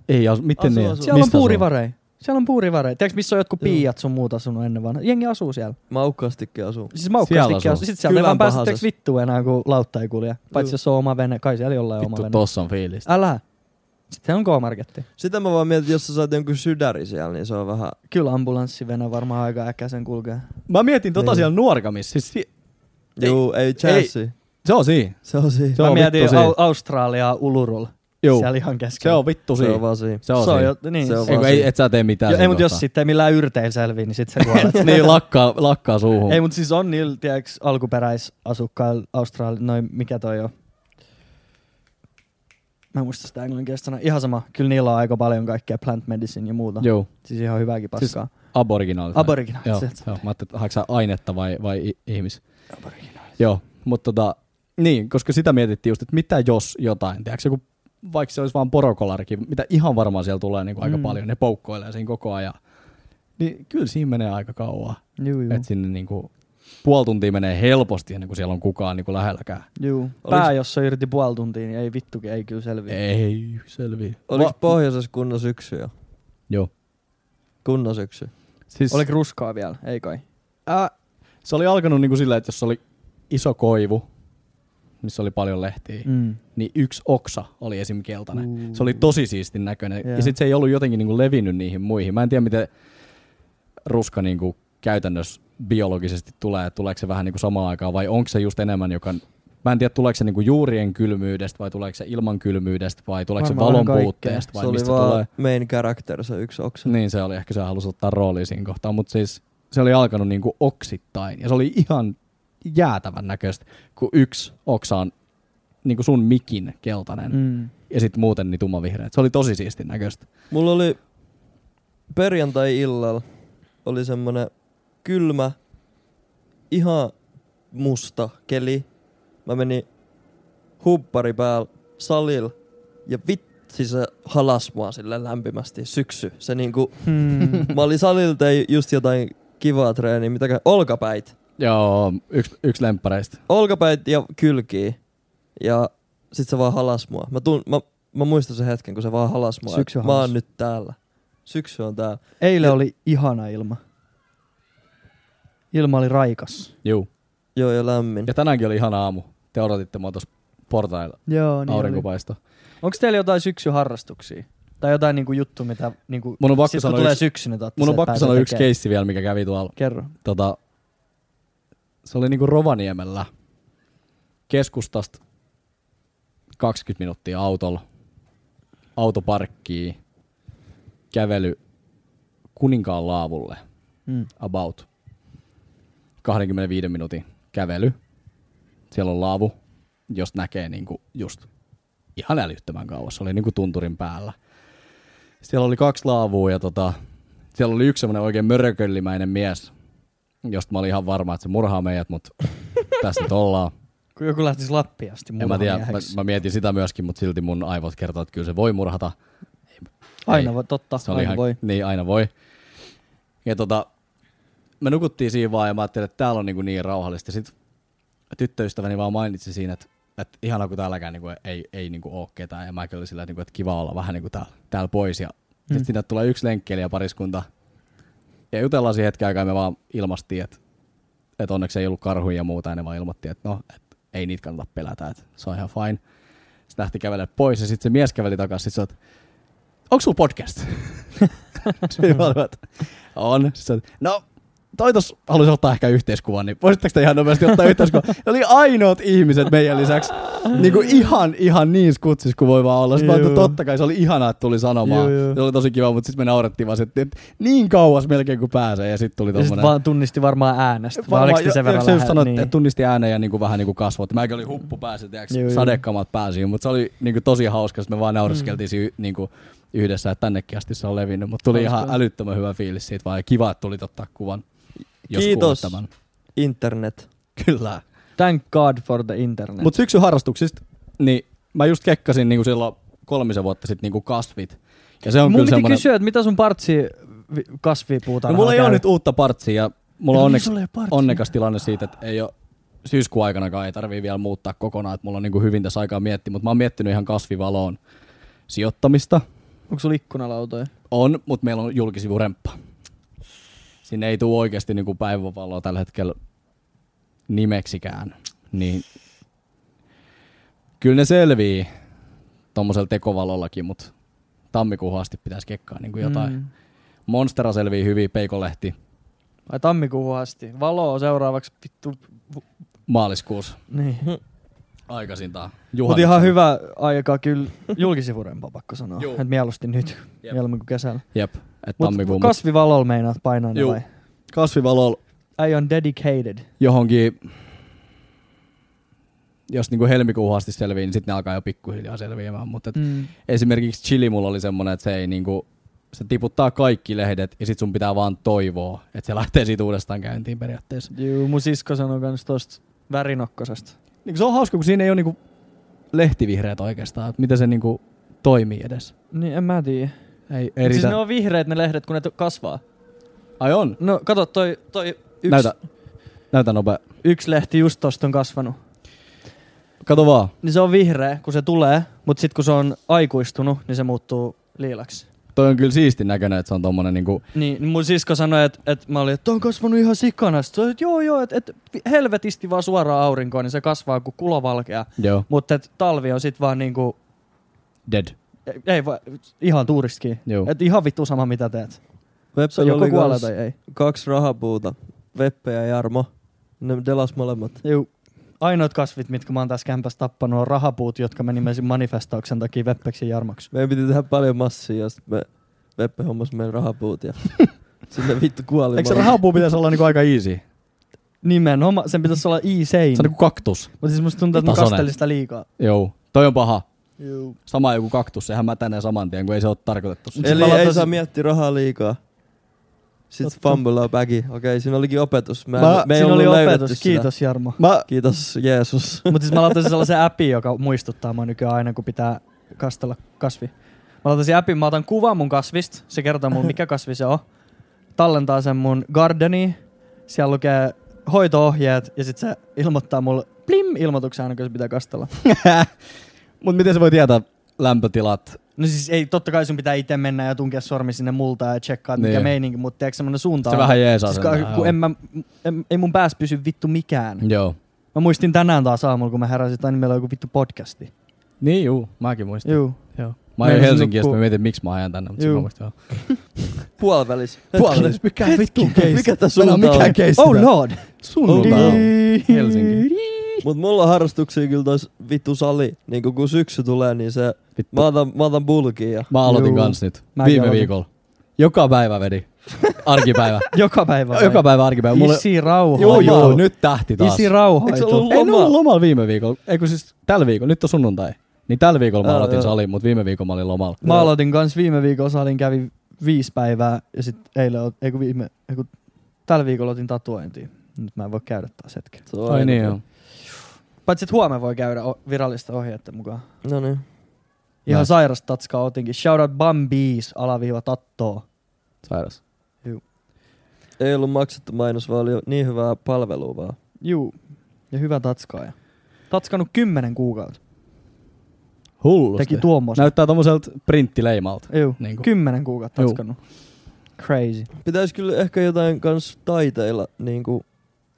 Speaker 3: Ei asu. Miten
Speaker 1: Asuu,
Speaker 3: ne?
Speaker 1: asuu.
Speaker 2: Siellä on
Speaker 3: Mistä asuu?
Speaker 2: puurivarei. Siellä on puurivarei. Tiedätkö, missä on jotkut
Speaker 1: Joo.
Speaker 2: piiat sun muuta asunut ennen vanha? Jengi asuu siellä.
Speaker 1: Maukkaastikin asuu.
Speaker 2: Siis
Speaker 3: Siellä
Speaker 2: maukkaasti
Speaker 3: asuu.
Speaker 2: asuu. Sitten sieltä ei
Speaker 1: Kylän
Speaker 2: vaan päästä
Speaker 1: pahasessa.
Speaker 2: teeksi vittua enää, kun lautta ei kulje. Paitsi
Speaker 1: Juu.
Speaker 2: jos on oma vene. Kai siellä jollain on oma
Speaker 3: Vittu,
Speaker 2: vene.
Speaker 3: tossa on fiilistä.
Speaker 2: Älä. Sitten on K-Marketti.
Speaker 1: Sitä mä vaan mietin, että jos sä saat jonkun sydäri siellä, niin se on vähän...
Speaker 2: Kyllä ambulanssivene varmaan aika äkäisen kulkee.
Speaker 3: Mä mietin tota
Speaker 1: Niin.
Speaker 3: siellä nuorkamissa. Siis si-
Speaker 1: Juu, ei chanssi.
Speaker 3: se on siinä.
Speaker 1: Se on siinä.
Speaker 3: Se on
Speaker 2: Mä
Speaker 3: vittu
Speaker 2: mietin
Speaker 3: siinä.
Speaker 2: au- Australiaa Ulurulla.
Speaker 3: Joo.
Speaker 2: Siellä ihan keskellä.
Speaker 3: Se on vittu
Speaker 1: Se
Speaker 3: siinä.
Speaker 1: on vaan siinä.
Speaker 3: Se on,
Speaker 2: se on
Speaker 3: siinä.
Speaker 2: jo, niin.
Speaker 1: Se
Speaker 2: Se
Speaker 1: on
Speaker 2: on
Speaker 1: vaan
Speaker 3: Eiku, ei, et sä tee mitään
Speaker 2: jo, ei,
Speaker 3: siinä
Speaker 2: mutta jos
Speaker 3: kohtaa.
Speaker 2: sitten ei millään yrteillä selvii, niin sit sä kuolet.
Speaker 3: niin, lakkaa, lakkaa suuhun.
Speaker 2: Ei, mutta siis on niillä, tiedäks, alkuperäisasukkailla Australia, noin, mikä toi on? Mä en muista sitä englanninkielistä sanaa. Ihan sama, kyllä niillä on aika paljon kaikkea plant medicine ja muuta. Joo.
Speaker 3: Joo,
Speaker 2: Siis ihan hyvääkin paskaa. Siis,
Speaker 3: aboriginaali.
Speaker 2: Aborigina.
Speaker 3: Joo,
Speaker 2: sieltä.
Speaker 3: joo. Mä ajattelin, että haetko sä ainetta vai, vai i- ihmis? Joo, mutta tota, niin, koska sitä mietittiin just, että mitä jos jotain, tiedätkö, joku, vaikka se olisi vaan porokolarikin, mitä ihan varmaan siellä tulee niin kuin aika
Speaker 2: Mm.
Speaker 3: paljon, ne poukkoilee siinä koko ajan, niin kyllä siinä menee aika kauan,
Speaker 2: Juu, juu.
Speaker 3: mm. että sinne niin kuin, puoli tuntia menee helposti ennen kuin siellä on kukaan niin kuin lähelläkään.
Speaker 2: juu.
Speaker 1: Oliks-
Speaker 2: Pää, jos on irti puoli tuntia, niin ei vittukin, ei kyllä selviä.
Speaker 3: Ei, selvi.
Speaker 1: Oliko pohjoisessa kunnon syksy jo?
Speaker 3: Joo.
Speaker 1: Kunnon syksy.
Speaker 3: Siis,
Speaker 2: Oliko ruskaa vielä? Ei kai.
Speaker 3: Ää, se oli alkanut niin kuin sillä, että jos oli iso koivu, missä oli paljon lehtiä, mm.
Speaker 2: Mm.
Speaker 3: niin yksi oksa oli esim. keltainen.
Speaker 2: Uu.
Speaker 3: Se oli tosi siistin näköinen.
Speaker 2: Mm. Joo.
Speaker 3: Ja sitten se ei ollut jotenkin niinku levinnyt niihin muihin. Mä en tiedä, miten ruska niinku käytännössä biologisesti tulee. Tuleeko se vähän niinku samaan aikaan vai onko se just enemmän, joka... Mä en tiedä, tuleeko se niinku juurien kylmyydestä vai tuleeko se ilman kylmyydestä vai tuleeko
Speaker 2: Varmaan
Speaker 3: se valon
Speaker 2: vähän kaikkea.
Speaker 3: puutteesta vai
Speaker 1: se oli
Speaker 3: mistä
Speaker 1: vaan
Speaker 3: tulee.
Speaker 1: main character se yksi oksa.
Speaker 3: Niin se oli, ehkä se halusi ottaa rooli siinä kohtaa, mutta siis se oli alkanut niinku oksittain ja se oli ihan jäätävän näköistä, kun yksi oksa on niinku sun mikin keltainen
Speaker 2: Mm.
Speaker 3: ja sitten muuten niin tummanvihreät. Se oli tosi siistin näköistä.
Speaker 1: Mulla oli perjantai-illalla oli semmonen kylmä, ihan musta keli. Mä menin huppari päällä salilla ja vitsi se halas mua sille lämpimästi syksy. Se niinku,
Speaker 2: Mm.
Speaker 1: mä olin salilla tein just jotain kivaa treeniä, mitäkään olkapäit.
Speaker 3: Joo, yksi, yksi lemppareista.
Speaker 1: Olkapäit ja kylkiä. Ja sit se vaan halas mua. Mä, tun, mä, mä muistan sen hetken, kun se vaan halas mua.
Speaker 2: Syksy
Speaker 1: mä
Speaker 2: halas.
Speaker 1: oon nyt täällä. Syksy on täällä.
Speaker 2: Eilen oli ihana ilma. Ilma oli raikas.
Speaker 3: Joo.
Speaker 1: Joo, ja lämmin.
Speaker 3: Ja tänäänkin oli ihana aamu. Te odotitte mua tuossa portailla
Speaker 2: Joo,
Speaker 3: niin aurinkopaisto.
Speaker 2: Onko teillä jotain syksyharrastuksia? Tai jotain niinku juttu, mitä niinku,
Speaker 3: Mun on pakko
Speaker 2: sit kun
Speaker 3: sanoa
Speaker 2: tulee
Speaker 3: yksi-
Speaker 2: syksy, niin te ootte
Speaker 3: Mun on
Speaker 2: se,
Speaker 3: pakko
Speaker 2: pääsee
Speaker 3: sanoa yksi
Speaker 2: tekemään.
Speaker 3: keissi vielä, mikä kävi tuolla
Speaker 2: Kerro.
Speaker 3: tota, se oli niinku Rovaniemellä keskustasta 20 minuuttia autolla, autoparkkiin, kävely Kuninkaan laavulle,
Speaker 2: Mm.
Speaker 3: about 25 minuutin kävely. Siellä on laavu, jos näkee niinku just ihan älyttömän kauas. Se oli niinku tunturin päällä. Siellä oli kaksi laavua ja tota, siellä oli yksi semmoinen oikein mörököllimäinen mies, josta mä olin ihan varma, että se murhaa meidät, mutta tässä nyt ollaan.
Speaker 2: Kun joku lähtisi Lappiin asti
Speaker 3: En mä tiedä, mä,
Speaker 2: murhamieheksi.
Speaker 3: mä, mietin sitä myöskin, mutta silti mun aivot kertoo, että kyllä se voi murhata.
Speaker 2: Aina
Speaker 3: Ei.
Speaker 2: voi, totta.
Speaker 3: Se oli
Speaker 2: aina
Speaker 3: ihan,
Speaker 2: voi.
Speaker 3: Niin, aina voi. Ja tota, me nukuttiin siinä vaan ja mä ajattelin, että täällä on niin, niin rauhallista. Sitten tyttöystäväni vaan mainitsi siinä, että, että ihanaa kun täälläkään niin kuin, ei, ei niin kuin ole ketään. Ja mä kyllä sillä, että, niin kuin, että kiva olla vähän niin kuin täällä, täällä pois. Ja mm.
Speaker 2: Mm.
Speaker 3: sitten sinne tulee yksi lenkkeilijä pariskunta. Ja jutellaan siihen hetken aikaa ja me vaan ilmastiin, että, että onneksi ei ollut karhuja ja muuta. Ja ne vaan ilmoitti, että no, että ei niitä kannata pelätä, että se on ihan fine. Sitten lähti kävelemään pois ja sitten se mies käveli takaisin. Sitten se, että onko sulla podcast? Sitten mä olin, että on. Sitten, se, no, toi tos halusi ottaa ehkä yhteiskuvan, niin voisitteko te ihan nopeasti ottaa yhteiskuvan? Ne oli ainoat ihmiset meidän lisäksi niin kuin ihan, ihan niin skutsis kuin voi vaan olla. Sitten mä ajattelin, että
Speaker 2: Joo.
Speaker 3: totta kai se oli ihanaa, että tuli sanomaan.
Speaker 2: Joo, joo.
Speaker 3: Se oli tosi kiva, mutta sitten me naurettiin vaan, että niin kauas melkein kuin pääsee. Ja sitten tuli
Speaker 2: Ja sit
Speaker 3: tommonen...
Speaker 2: vaan tunnisti varmaan äänestä. Vai No, oliko te
Speaker 3: jo-
Speaker 2: sen verran
Speaker 3: se just
Speaker 2: lähellä?
Speaker 3: sanoit,
Speaker 2: Niin.
Speaker 3: että tunnisti ääneen ja niinku vähän niinku kasvot. Mäkin oli huppu päässä, tiiäks,
Speaker 2: Joo, joo.
Speaker 3: sadekamat pääsi, mutta se oli niinku tosi hauska, että me vaan naureskeltiin mm. niinku yhdessä, että tännekin asti se on levinnyt, mutta tuli
Speaker 2: Hauskaa.
Speaker 3: ihan älyttömän hyvä fiilis siitä vaan, ja kiva, että tulit ottaa kuvan. Jos
Speaker 1: Kiitos.
Speaker 3: kuulet Tämän.
Speaker 1: Internet.
Speaker 3: Kyllä.
Speaker 2: Thank God for the internet.
Speaker 3: Mutta syksyharrastuksista, niin mä just kekkasin niinku silloin kolmisen vuotta sitten niinku kasvit. Ja se on
Speaker 2: Mun
Speaker 3: kyllä
Speaker 2: piti
Speaker 3: semmoinen...
Speaker 2: kysyä, että mitä sun partsi vi- kasvipuutarha
Speaker 3: No, mulla ei
Speaker 2: käy?
Speaker 3: ole nyt uutta partsia, ja mulla
Speaker 2: Ei, niin,
Speaker 3: on onneksi
Speaker 2: sulla ei ole partsia.
Speaker 3: onnekas tilanne siitä, että ei ole syyskuun aikanakaan ei tarvii vielä muuttaa kokonaan, että mulla on niin hyvin tässä aikaa miettiä, mutta mä oon miettinyt ihan kasvivaloon sijoittamista.
Speaker 2: Onko sulla ikkunalautoja?
Speaker 3: On, mutta meillä on julkisivuremppa. Sinne ei tule oikeasti niin kuin päivänvaloa tällä hetkellä nimeksikään. Niin kyllä ne selvii tuommoisella tekovalollakin, mutta tammikuuhun asti pitäisi kekkaa niin kuin jotain. Mm. Monstera selvii hyvin, Peikolehti
Speaker 2: Vai tammikuuhun asti? Valoa seuraavaksi vittu.
Speaker 3: maaliskuussa.
Speaker 2: Niin.
Speaker 3: Aikaisintaan.
Speaker 2: Mutta ihan hyvä aika kyllä julkisivurempaa pakko sanoa.
Speaker 3: Juu.
Speaker 2: Että mieluusti nyt,
Speaker 3: Jep.
Speaker 2: mieluummin kuin kesällä.
Speaker 3: Jep, että tammikuun.
Speaker 2: Mutta
Speaker 3: Kas-
Speaker 2: kasvivalolla meinaat painaa ne
Speaker 3: Juu.
Speaker 2: vai?
Speaker 3: kasvivalo
Speaker 2: I on dedicated.
Speaker 3: johonkin, jos niinku helmikuuhun asti selvii, niin sitten ne alkaa jo pikkuhiljaa selviämään. Mutta et
Speaker 2: Mm.
Speaker 3: esimerkiksi chili mulla oli semmoinen, että se ei niinku, se tiputtaa kaikki lehdet ja sit sun pitää vaan toivoa, että se lähtee siitä uudestaan käyntiin periaatteessa.
Speaker 2: Juu, mun sisko sanoi kans tosta värinokkosesta.
Speaker 3: Niinku se on hauska, kun siinä ei ole niinku lehtivihreät oikeastaan, että miten se niinku toimii edes.
Speaker 2: Niin, en mä tiedä.
Speaker 3: Ei, ei
Speaker 2: Eritä. Siis
Speaker 3: riitä.
Speaker 2: ne on vihreät ne lehdet, kun ne t- kasvaa.
Speaker 3: Ai on?
Speaker 2: No kato, toi, toi yksi,
Speaker 3: Näytä, näytä nopea.
Speaker 2: yksi lehti just tosta on kasvanut.
Speaker 3: Kato vaan.
Speaker 2: Niin se on vihreä, kun se tulee, mutta sitten kun se on aikuistunut, niin se muuttuu liilaksi.
Speaker 3: Toi on kyllä siisti näköinen, että se on tommonen niinku,
Speaker 2: Niin, niin mun sisko sanoi, että, että mä olin, että "Toi on kasvanut ihan sikana. Sitten se oli, että joo joo, että, että helvetisti vaan suoraan aurinkoon, niin se kasvaa kuin kulovalkea.
Speaker 3: joo,
Speaker 2: Mutta että talvi on sit vaan niinku,
Speaker 3: dead.
Speaker 2: ei- ei vaan, ihan tuuristikin.
Speaker 3: Joo.
Speaker 2: Että ihan vittu sama mitä teet. Se on
Speaker 1: Veppeli
Speaker 2: joko
Speaker 1: oli
Speaker 2: kuolee
Speaker 1: kans
Speaker 2: tai ei.
Speaker 1: kaksi rahapuuta. Veppe ja Jarmo. Ne delas molemmat.
Speaker 2: Juu. Ainoat kasvit, mitkä mä oon tässä kämpässä tappanut, on rahapuut, jotka mä nimesin manifestauksen takia Veppeksi ja Jarmaksi.
Speaker 1: Meidän piti tehdä paljon massia ja sit me Veppe hommas meidän rahapuut ja sitten me vittu kuoli.
Speaker 3: Eikö se rahapuu pitäisi olla niinku aika easy?
Speaker 2: Nimenomaan, sen pitäisi olla i-sein.
Speaker 3: Se on niinku kaktus.
Speaker 2: Mutta siis musta tuntuu, että mä
Speaker 3: Tasoinen.
Speaker 2: kastelin sitä liikaa.
Speaker 3: Joo, toi on paha.
Speaker 2: Juu.
Speaker 3: Sama joku kaktus, sehän mä tänne saman tien, kun ei se ole tarkoitettu.
Speaker 2: Mut
Speaker 3: Mut,
Speaker 2: se
Speaker 1: Eli
Speaker 2: palaa
Speaker 1: ei
Speaker 2: tosi-
Speaker 1: saa miettiä rahaa liikaa. Sitten
Speaker 2: Totta.
Speaker 1: fumblea bagi. Okei, okay, siinä olikin opetus. Mä,
Speaker 2: Mä,
Speaker 1: me ei
Speaker 2: siinä
Speaker 1: ollut
Speaker 2: oli
Speaker 1: löydetty
Speaker 2: opetus,
Speaker 1: sitä.
Speaker 2: kiitos Jarmo.
Speaker 3: mä,
Speaker 1: Kiitos Jeesus.
Speaker 2: Mutta siis mä laitan sellaisen appin, joka muistuttaa mua nykyään aina, kun pitää kastella kasvi. Mä laitan sen appin, mä otan kuvan mun kasvista, se kertoo mun mikä kasvi se on. Tallentaa sen mun gardeniin, siellä lukee hoitoohjeet ja sit se ilmoittaa mulle plim ilmoituksen aina, kun se pitää kastella.
Speaker 3: mut miten se voi tietää lämpötilat?
Speaker 2: No siis ei, totta kai sun pitää itse mennä ja tunkea sormi sinne multaan ja tsekkaa, että mikä
Speaker 3: Niin.
Speaker 2: meininki, mutta tiedätkö semmonen suunta
Speaker 3: Se
Speaker 2: on-
Speaker 3: vähän jeesaa
Speaker 2: siis,
Speaker 3: sen Mm.
Speaker 2: ka-
Speaker 3: vähän,
Speaker 2: kun
Speaker 3: joo.
Speaker 2: en mä, en, ei mun päässä pysy vittu mikään.
Speaker 3: Joo.
Speaker 2: Mä muistin tänään taas aamulla, kun mä heräsin, että aina meillä on joku vittu podcasti.
Speaker 3: Niin juu, mäkin muistan.
Speaker 2: Juu.
Speaker 3: Joo. Mä
Speaker 2: Meinasin
Speaker 3: ajoin Helsinkiin,
Speaker 2: nukkua-
Speaker 3: kun... mä mietin, miksi mä ajan tänne, mutta
Speaker 2: Juu.
Speaker 3: se muistin.
Speaker 1: Puolivälis.
Speaker 3: Puolivälis,
Speaker 1: mikä vittu Mikä tää
Speaker 3: Meillä on no.
Speaker 1: suunta
Speaker 3: mikään
Speaker 1: on?
Speaker 3: keissi
Speaker 2: Oh
Speaker 3: täällä.
Speaker 2: lord!
Speaker 3: Sunnuntai on Helsinki.
Speaker 1: Mut mulla on harrastuksia kyllä tos vittu sali. Niinku kun syksy tulee, niin se...
Speaker 3: Vittu.
Speaker 1: Mä otan, mä otan bulkiin ja...
Speaker 3: Mä aloitin
Speaker 2: Juu.
Speaker 3: kans nyt.
Speaker 2: Mäkin
Speaker 3: Viime
Speaker 2: aloitin.
Speaker 3: viikolla. Joka päivä vedi. Arkipäivä.
Speaker 2: Joka päivä vai?
Speaker 3: Joka päivä arkipäivä. Mulla...
Speaker 2: Isi rauhoitu.
Speaker 3: Joo, joo, nyt tähti taas.
Speaker 2: Isi rauhoitu.
Speaker 1: Eikö se ollut
Speaker 3: Ei ne
Speaker 1: Loma.
Speaker 3: ollut lomalla viime viikolla, eikö siis tällä viikolla, nyt on sunnuntai. Niin tällä viikolla mä
Speaker 1: Joo,
Speaker 3: aloitin
Speaker 1: joo.
Speaker 3: salin, mutta viime viikolla mä olin lomalla.
Speaker 2: Mä aloitin kans viime viikolla, salin kävi viisi päivää ja sit eilen, ot- ei kun viime, ei kun tällä viikolla otin tatuointia. Nyt mä en voi käydä taas hetken.
Speaker 1: Se on
Speaker 3: Ai
Speaker 1: aina-
Speaker 3: niin joo.
Speaker 2: Paitsi että huomenna voi käydä o- virallista ohjetta mukaan.
Speaker 1: No niin.
Speaker 2: Ihan
Speaker 3: Nice.
Speaker 2: sairas tatskaa otinkin. Shoutout Bambiis alaviiva tattoo.
Speaker 3: Sairas.
Speaker 1: Ei ollut maksettu mainos, vaan oli niin hyvää palvelua vaan.
Speaker 2: Juu. Ja hyvä tatskaaja. Tatskannut kymmenen kuukautta.
Speaker 3: Hullusti.
Speaker 2: Teki tuommoista.
Speaker 3: Näyttää tommoselta printtileimalta.
Speaker 2: Juu.
Speaker 3: Niinku.
Speaker 2: Kymmenen kuukautta
Speaker 3: Juu.
Speaker 2: tatskannut. Crazy.
Speaker 1: Pitäis kyllä ehkä jotain kans taiteilla niinku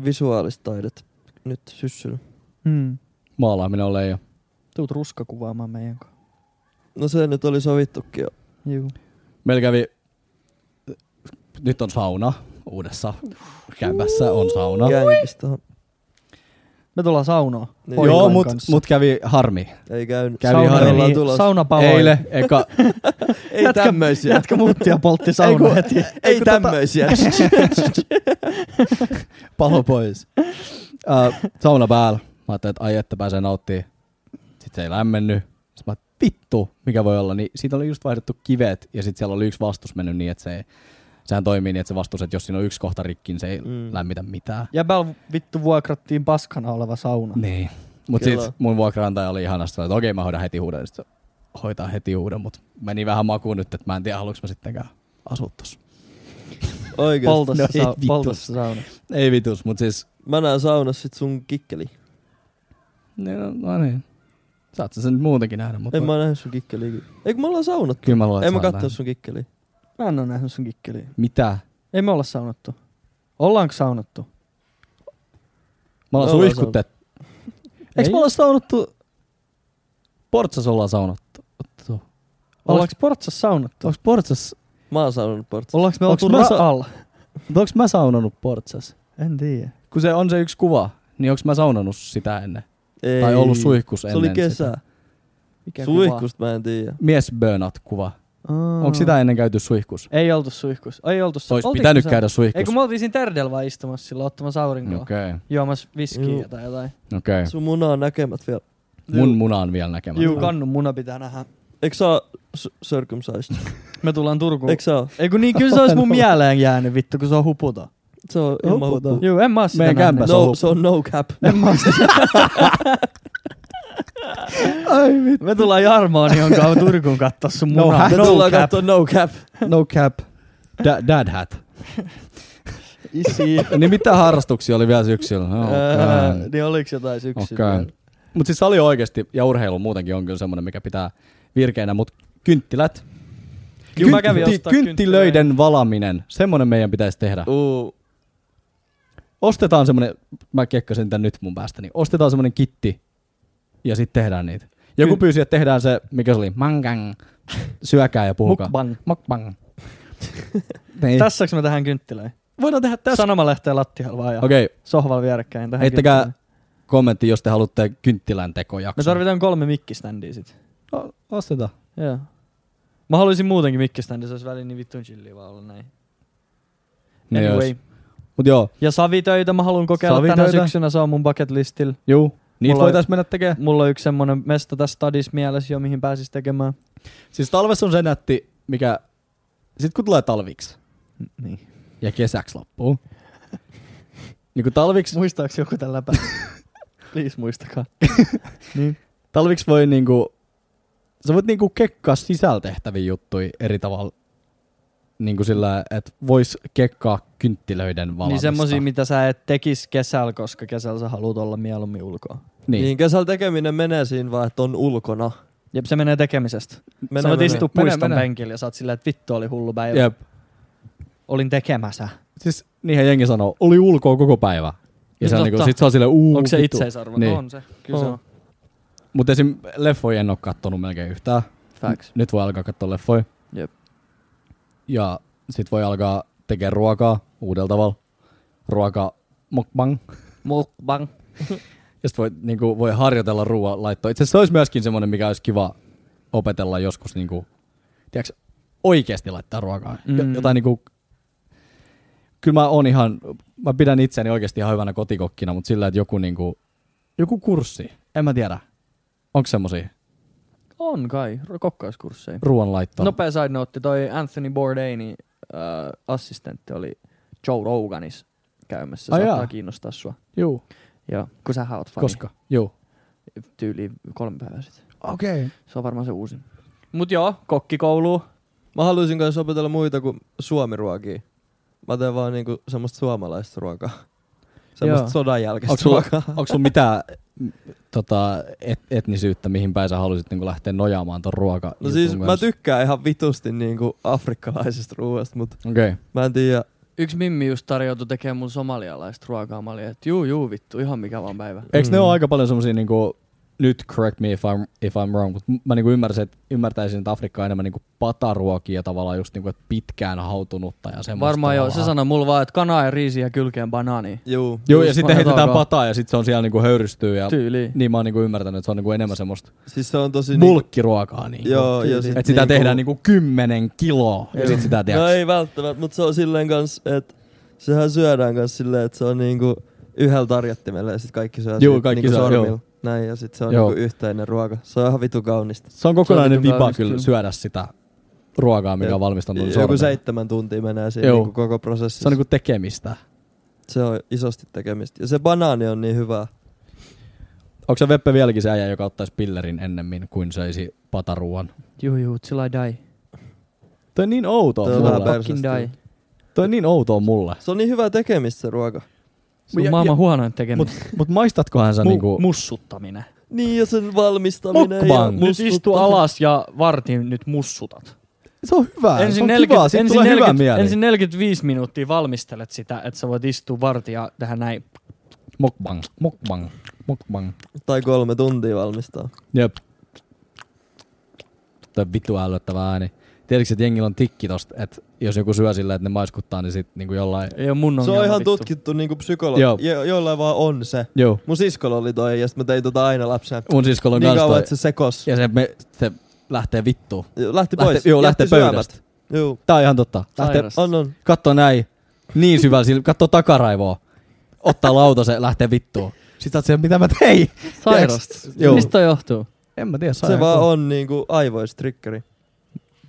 Speaker 1: visuaalista taidetta nyt syssyllä.
Speaker 2: Mm.
Speaker 3: Maalaaminen on leijo.
Speaker 2: Tuut ruska kuvaamaan meidän kanssa.
Speaker 1: No se nyt oli sovittukin jo.
Speaker 2: Juu.
Speaker 3: Meillä kävi, nyt on sauna uudessa kämpässä, on sauna.
Speaker 1: Gängistä.
Speaker 2: Me tullaan saunoon.
Speaker 1: Niin.
Speaker 2: Poikaan
Speaker 3: Joo, mut,
Speaker 2: kanssa.
Speaker 3: mut kävi harmi.
Speaker 1: Ei käynyt.
Speaker 3: Kävi Sauna harmi.
Speaker 1: Ollaan
Speaker 2: meni-
Speaker 1: tulossa.
Speaker 2: sauna pahoin.
Speaker 3: Eilen, eka,
Speaker 1: Ei
Speaker 2: Jätkä-
Speaker 1: tämmöisiä.
Speaker 2: Jätkä muutti ja poltti sauna heti.
Speaker 1: Ei
Speaker 3: kun
Speaker 1: tämmöisiä.
Speaker 3: palo pois. Äh, sauna päällä. Mä ajattelin, että ai että pääsee nauttimaan. Sitten se ei lämmennyt. Sitten mä ajattelin, vittu, mikä voi olla. Niin siitä oli just vaihdettu kivet ja sitten siellä oli yksi vastus mennyt niin, että se ei, sehän toimii niin, että se vastus, että jos siinä on yksi kohta rikki, niin se ei
Speaker 1: Mm.
Speaker 3: mm. lämmitä mitään.
Speaker 2: Jäbäl vittu vuokrattiin paskana oleva sauna.
Speaker 3: Niin. Mutta
Speaker 1: Kyllä.
Speaker 3: sitten mun vuokrantaja oli ihanasti, että okei mä hoidan heti huuden. Sitten se hoitaa heti huuden, mutta meni vähän makuun nyt, että mä en tiedä haluanko mä sittenkään asua tossa.
Speaker 1: Oikeesti.
Speaker 2: Poltossa,
Speaker 3: No ei
Speaker 2: sa-
Speaker 3: vittu.
Speaker 2: poltossa sauna.
Speaker 3: Ei vitus, mutta siis
Speaker 1: Mä näen saunassa sit sun kikkeli.
Speaker 3: Niin, no, no niin. Saat sä sen nyt muutenkin nähdä, mutta
Speaker 1: En mä oo nähnyt sun kikkeliä. kyllä. Eikö me ollaan saunattu?
Speaker 3: kyllä mä luulen,
Speaker 1: En mä
Speaker 3: että saan
Speaker 1: katso
Speaker 3: nähdä.
Speaker 1: sun kikkeliä.
Speaker 2: Mä en oo nähnyt sun kikkeliä.
Speaker 3: Mitä?
Speaker 2: Ei me olla saunattu. Ollaanko saunattu?
Speaker 3: Mä ollaan
Speaker 1: Me ollaan
Speaker 3: suihkutet.
Speaker 2: Ei.
Speaker 3: Eikö me olla saunattu? Portsas ollaan saunattu. Ottu.
Speaker 2: Ollaanko portsassa saunattu?
Speaker 3: Onks Portsas?
Speaker 1: Mä oon saunannut portsa.
Speaker 2: Ollaanko me
Speaker 3: Onks
Speaker 2: oltu
Speaker 3: mä sa-
Speaker 2: ra- alla?
Speaker 3: mut Onks mä saunannut Portsas?
Speaker 2: En tiedä.
Speaker 3: Kun se on se yksi kuva, niin onks mä saunannut sitä ennen?
Speaker 1: Ei.
Speaker 3: Tai ollut suihkus
Speaker 1: Se
Speaker 3: ennen
Speaker 1: oli
Speaker 3: Sitä.
Speaker 1: kesä.
Speaker 2: Mikä
Speaker 1: Suihkusta mä en tiedä.
Speaker 3: Mies burnat kuva.
Speaker 2: Kuva?
Speaker 3: Onko sitä ennen käyty suihkus?
Speaker 5: Ei oltu suihkus. Ei oltu
Speaker 3: Ois
Speaker 5: Oltiinko
Speaker 3: pitänyt
Speaker 5: se-
Speaker 3: käydä suihkus.
Speaker 5: Ei kun me oltiin siinä Terdellä vaan istumassa silloin ottamassa aurinkoa. Okay.
Speaker 3: Okei,
Speaker 5: Juomassa viskiä
Speaker 1: Juu.
Speaker 5: tai jotain.
Speaker 3: okei.
Speaker 1: Sun muna on näkemät vielä.
Speaker 3: Mun muna on vielä näkemättä.
Speaker 5: Juu, kannun muna pitää nähdä.
Speaker 1: Eikö sä oo s- circumcised?
Speaker 5: Me tullaan Turkuun.
Speaker 1: Eikö sä oo?
Speaker 5: Ei kun niin, kyllä se olisi mun mieleen jäänyt vittu, kun se on huputa.
Speaker 1: Se on ilman
Speaker 3: Huputa.
Speaker 1: huppu.
Speaker 5: Juu, en mä oo sitä
Speaker 3: Meidän
Speaker 5: nähnyt.
Speaker 3: kämpässä.
Speaker 1: No, se on no cap.
Speaker 5: En mä oo sitä. Ai vittu. No, Me tullaan Jarmoon, jonka on Turkuun katsoa sun
Speaker 3: No,
Speaker 5: munaa.
Speaker 3: hä?
Speaker 1: Me
Speaker 5: No,
Speaker 1: tullaan
Speaker 5: cap.
Speaker 1: kattoo no cap.
Speaker 3: No cap. Da- dad hat.
Speaker 1: Isi.
Speaker 3: Niin mitä harrastuksia oli vielä syksyllä? No,
Speaker 1: Ää,
Speaker 3: okay.
Speaker 1: Niin oliks jotain syksyn?
Speaker 3: Okei. Mutta siis sali on oikeasti, ja urheilu muutenkin on kyllä semmoinen, mikä pitää virkeinä, mutta kynttilät.
Speaker 5: Kyllä mä kävin ostaa
Speaker 3: kynttilöiden valaminen, semmoinen meidän pitäisi tehdä.
Speaker 1: Uu.
Speaker 3: Ostetaan semmoinen, mä kekkasin tän nyt mun päästä, niin ostetaan semmoinen kitti ja sitten tehdään niitä. Joku
Speaker 1: Ky-
Speaker 3: pyysi, että tehdään se, mikä se oli, mangang, syökää ja puhukaa.
Speaker 5: Mukbang.
Speaker 3: Mukbang. niin.
Speaker 5: Tässäks me tähän kynttilöin?
Speaker 3: voidaan tehdä tässä.
Speaker 5: Sanomalehteen lattialla vaan ja okay.
Speaker 3: Okei, okay,
Speaker 5: sohvalla vierekkäin tähän
Speaker 3: Heittäkää-
Speaker 5: kynttilöön.
Speaker 3: kommentti, jos te haluatte kynttilän tekojakson.
Speaker 5: Me tarvitaan kolme mikkiständiä sit.
Speaker 3: O- ostetaan.
Speaker 5: Joo. Mä haluaisin muutenkin mikkiständi, se olisi väliin niin vittun chilliä vaan olla näin.
Speaker 3: Niin
Speaker 5: Anyway.
Speaker 3: anyway. Mut joo,
Speaker 5: Ja savitöitä mä haluan kokeilla savitöitä. tänä
Speaker 3: Savitöitä.
Speaker 5: syksynä, se on mun bucket listillä.
Speaker 3: juu, niitä
Speaker 5: Mulla-
Speaker 3: voitais mennä tekemään.
Speaker 5: Mulla on yksi semmonen mesta tässä stadis mielessä jo, mihin pääsis tekemään.
Speaker 3: Siis talvessa on se nätti, mikä... Sitten kun tulee talviksi
Speaker 5: Niin.
Speaker 3: ja kesäksi loppuu. niin kun talviksi,
Speaker 5: Muistaaks joku tällä Niin läpä? Please muistakaa.
Speaker 3: talviksi voi niinku... Sä voit niinku kekkaa sisältehtäviä juttuja eri tavalla. Niinku sillä, että vois kekkaa kynttilöiden
Speaker 5: Niin
Speaker 3: valamista.
Speaker 5: semmosia, mitä sä et tekis kesällä, koska kesällä sä haluut olla mieluummin ulkoa.
Speaker 3: niin.
Speaker 1: Niin kesällä tekeminen menee siinä vaan, että on ulkona.
Speaker 5: Jep, se menee tekemisestä.
Speaker 1: Menee,
Speaker 5: sä voit
Speaker 1: menee.
Speaker 5: istua
Speaker 3: Mene,
Speaker 5: puiston
Speaker 3: mene.
Speaker 5: penkillä ja sä oot silleen, että vittu oli hullu päivä.
Speaker 3: Jep.
Speaker 5: Olin tekemässä.
Speaker 3: Siis niinhän jengi sanoo, oli ulkoa koko päivä. Ja
Speaker 5: No
Speaker 3: se on
Speaker 5: totta.
Speaker 3: niinku, sit se on silleen, uu,
Speaker 5: Onko se
Speaker 3: vittu.
Speaker 5: itseisarvo?
Speaker 3: Niin.
Speaker 5: No on se. Kyllä se
Speaker 1: On.
Speaker 5: on.
Speaker 3: Mutta esim. leffoja en oo kattonut melkein yhtään.
Speaker 2: Facts.
Speaker 3: Nyt voi alkaa katsoa leffoja.
Speaker 2: Jep.
Speaker 3: Ja sit voi alkaa tekemään ruokaa uudella tavalla. Ruoka mukbang.
Speaker 2: Mukbang.
Speaker 3: Ja sit voi, niinku, voi harjoitella ruoan laittoa. Itse asiassa se olisi myöskin semmoinen, mikä olisi kiva opetella joskus niinku, tiiäks, oikeasti laittaa ruokaa. Mm.
Speaker 5: Mm.
Speaker 3: Jotain niinku, kyllä mä oon ihan, mä pidän itseäni oikeasti ihan hyvänä kotikokkina, mutta sillä, että joku, niinku, joku kurssi, en mä tiedä. Onko semmosia
Speaker 2: On kai, ru- kokkauskursseja.
Speaker 3: ruoanlaittoa?
Speaker 2: Nopea side note, toi Anthony Bourdainin äh, assistentti oli Joe Roganis käymässä.
Speaker 3: Ai
Speaker 2: Ai Saattaa
Speaker 3: jaa.
Speaker 2: kiinnostaa sua.
Speaker 3: Juu.
Speaker 2: Joo, kun sä oot fani.
Speaker 3: Koska? Juu.
Speaker 2: Tyyli kolme päivää sitten.
Speaker 3: Okei. Okay.
Speaker 2: Se on varmaan se uusin.
Speaker 5: Mut joo, kokkikouluun.
Speaker 1: Mä haluaisin kanssa opetella muita kuin suomiruokia. Mä teen vaan niinku semmoista suomalaista ruokaa. Semmoista
Speaker 2: Joo.
Speaker 1: sodan jälkeistä
Speaker 3: Onks sulla-
Speaker 1: ruokaa. No
Speaker 3: Onko sulla mitään m, tota, et, etnisyyttä, mihin päin sä haluaisit niin lähteä nojaamaan ton ruoka
Speaker 1: No siis mä tykkään ihan vitusti niinku afrikkalaisesta ruoasta, mut
Speaker 3: Okei. Okay.
Speaker 1: mä en tiedä.
Speaker 2: Yksi mimmi just tarjoutui tekemään mun somalialaista ruokaa. Mä olin, että juu, juu, vittu, ihan mikä vaan päivä.
Speaker 3: Eikö ne
Speaker 1: Mm.
Speaker 3: ole aika paljon semmosia niinku, nyt correct me if I'm, if I'm wrong, mutta mä niinku ymmärsin, että ymmärtäisin, että Afrikka on enemmän niinku pataruokia tavallaan just niinku, että pitkään hautunutta ja semmoista.
Speaker 2: Varmaan joo, se
Speaker 3: tavallaan.
Speaker 2: sanoi mulla vaan, että kanaa ja riisiä ja kylkeen banaani.
Speaker 1: Juu.
Speaker 3: Joo, ja
Speaker 2: Just
Speaker 3: sitten heitetään
Speaker 2: vanha
Speaker 3: pataa ja sitten se on siellä niinku höyrystyy ja
Speaker 2: Tyyli.
Speaker 3: niin mä oon niinku ymmärtänyt, että se on niinku enemmän semmoista
Speaker 1: Siis se on tosi
Speaker 3: bulkkiruokaa niinku.
Speaker 1: niinku... Joo, ja sit
Speaker 3: Että sitä tehdään niinku kymmenen kiloa ja sit sitä
Speaker 1: No
Speaker 3: tiedätkö.
Speaker 1: ei välttämättä, mutta se on silleen kans, että sehän syödään kans silleen, että se on niinku yhdellä tarjottimella ja sit kaikki syö
Speaker 3: Juu,
Speaker 1: siitä
Speaker 3: kaikki
Speaker 1: niinku
Speaker 3: syö, joo.
Speaker 1: sormilla. Näin ja sit se on
Speaker 3: Joo.
Speaker 1: niinku yhteinen ruoka. Se on ihan vitu kaunista.
Speaker 3: Se on kokonainen
Speaker 2: Se on
Speaker 3: vipa
Speaker 2: just
Speaker 3: kyllä
Speaker 2: kyllä.
Speaker 3: syödä sitä ruokaa, mikä
Speaker 1: Ja-
Speaker 3: on valmistunut
Speaker 1: Joku
Speaker 3: sormella.
Speaker 1: seitsemän tuntia menee siinä
Speaker 3: Joo.
Speaker 1: niinku koko prosessissa.
Speaker 3: Se on niinku tekemistä.
Speaker 1: Se on isosti tekemistä. Ja se banaani on niin hyvä.
Speaker 3: Onko se Veppe vieläkin se äijä, joka ottaisi pillerin ennemmin kuin söisi pataruuan?
Speaker 2: Juu, juu, till I die.
Speaker 3: Toi on niin outoa
Speaker 1: Toi on
Speaker 3: mulle.
Speaker 1: vähän per-
Speaker 2: Fucking
Speaker 1: Persästi.
Speaker 2: die.
Speaker 3: Toi on niin outoa mulle.
Speaker 1: Se on niin hyvä tekemistä se ruoka.
Speaker 2: Sun
Speaker 3: Ja-
Speaker 2: maailman
Speaker 3: ja-
Speaker 2: huonoin tekeminen.
Speaker 3: Mut maistatkohan sä
Speaker 5: Mu-
Speaker 3: niinku...
Speaker 5: Mussuttaminen.
Speaker 1: Niin ja sen valmistaminen
Speaker 3: Mukbang.
Speaker 1: ja
Speaker 3: Nyt
Speaker 5: Mm. Nyt istu
Speaker 1: mustuttaminen.
Speaker 5: alas ja vartin nyt mussutat.
Speaker 3: Se on hyvä. se on kivaa. Siitä
Speaker 5: ensin,
Speaker 3: tulee hyvä
Speaker 5: 40,
Speaker 3: mieli.
Speaker 5: ensin 45 minuuttia valmistelet sitä, että sä voit istua vartija tähän näin.
Speaker 3: Mukbang, mukbang, mukbang.
Speaker 1: Tai kolme tuntia valmistaa.
Speaker 3: Jep. Toi vittu älyttävä ääni. Tiedätkö, että jengillä on tikki tosta, että jos joku syö sillä, että ne maiskuttaa, niin sitten niinku jollain...
Speaker 2: Ei oo mun
Speaker 1: se
Speaker 2: ongelma
Speaker 1: on ihan
Speaker 2: vittu.
Speaker 1: tutkittu niinku psykologi.
Speaker 3: Joo.
Speaker 1: Jo, jollain vaan on se.
Speaker 3: Joo.
Speaker 1: Mun siskolla oli toi ja sit mä tein tota aina lapsena.
Speaker 3: Mun siskolla on
Speaker 1: Niin
Speaker 3: kans
Speaker 1: kauan,
Speaker 3: toi.
Speaker 1: että se sekos.
Speaker 3: Ja se, me, se lähtee vittuun.
Speaker 1: Lähti pois.
Speaker 3: Lähtee, joo, lähtee
Speaker 1: Jätti syömättä.
Speaker 3: pöydästä.
Speaker 1: Joo.
Speaker 3: Tää on ihan totta. Lähtee,
Speaker 2: Sairas.
Speaker 1: On, on.
Speaker 3: katso näin. Niin syvällä sillä, katso takaraivoa. Ottaa lautase, lähtee vittuun. Sitten sä oot siellä, mitä mä tein?
Speaker 2: Sairasta.
Speaker 3: Joo.
Speaker 2: Mistä toi johtuu?
Speaker 3: En mä tiedä,
Speaker 1: Se vaan on niinku aivoistrikkeri.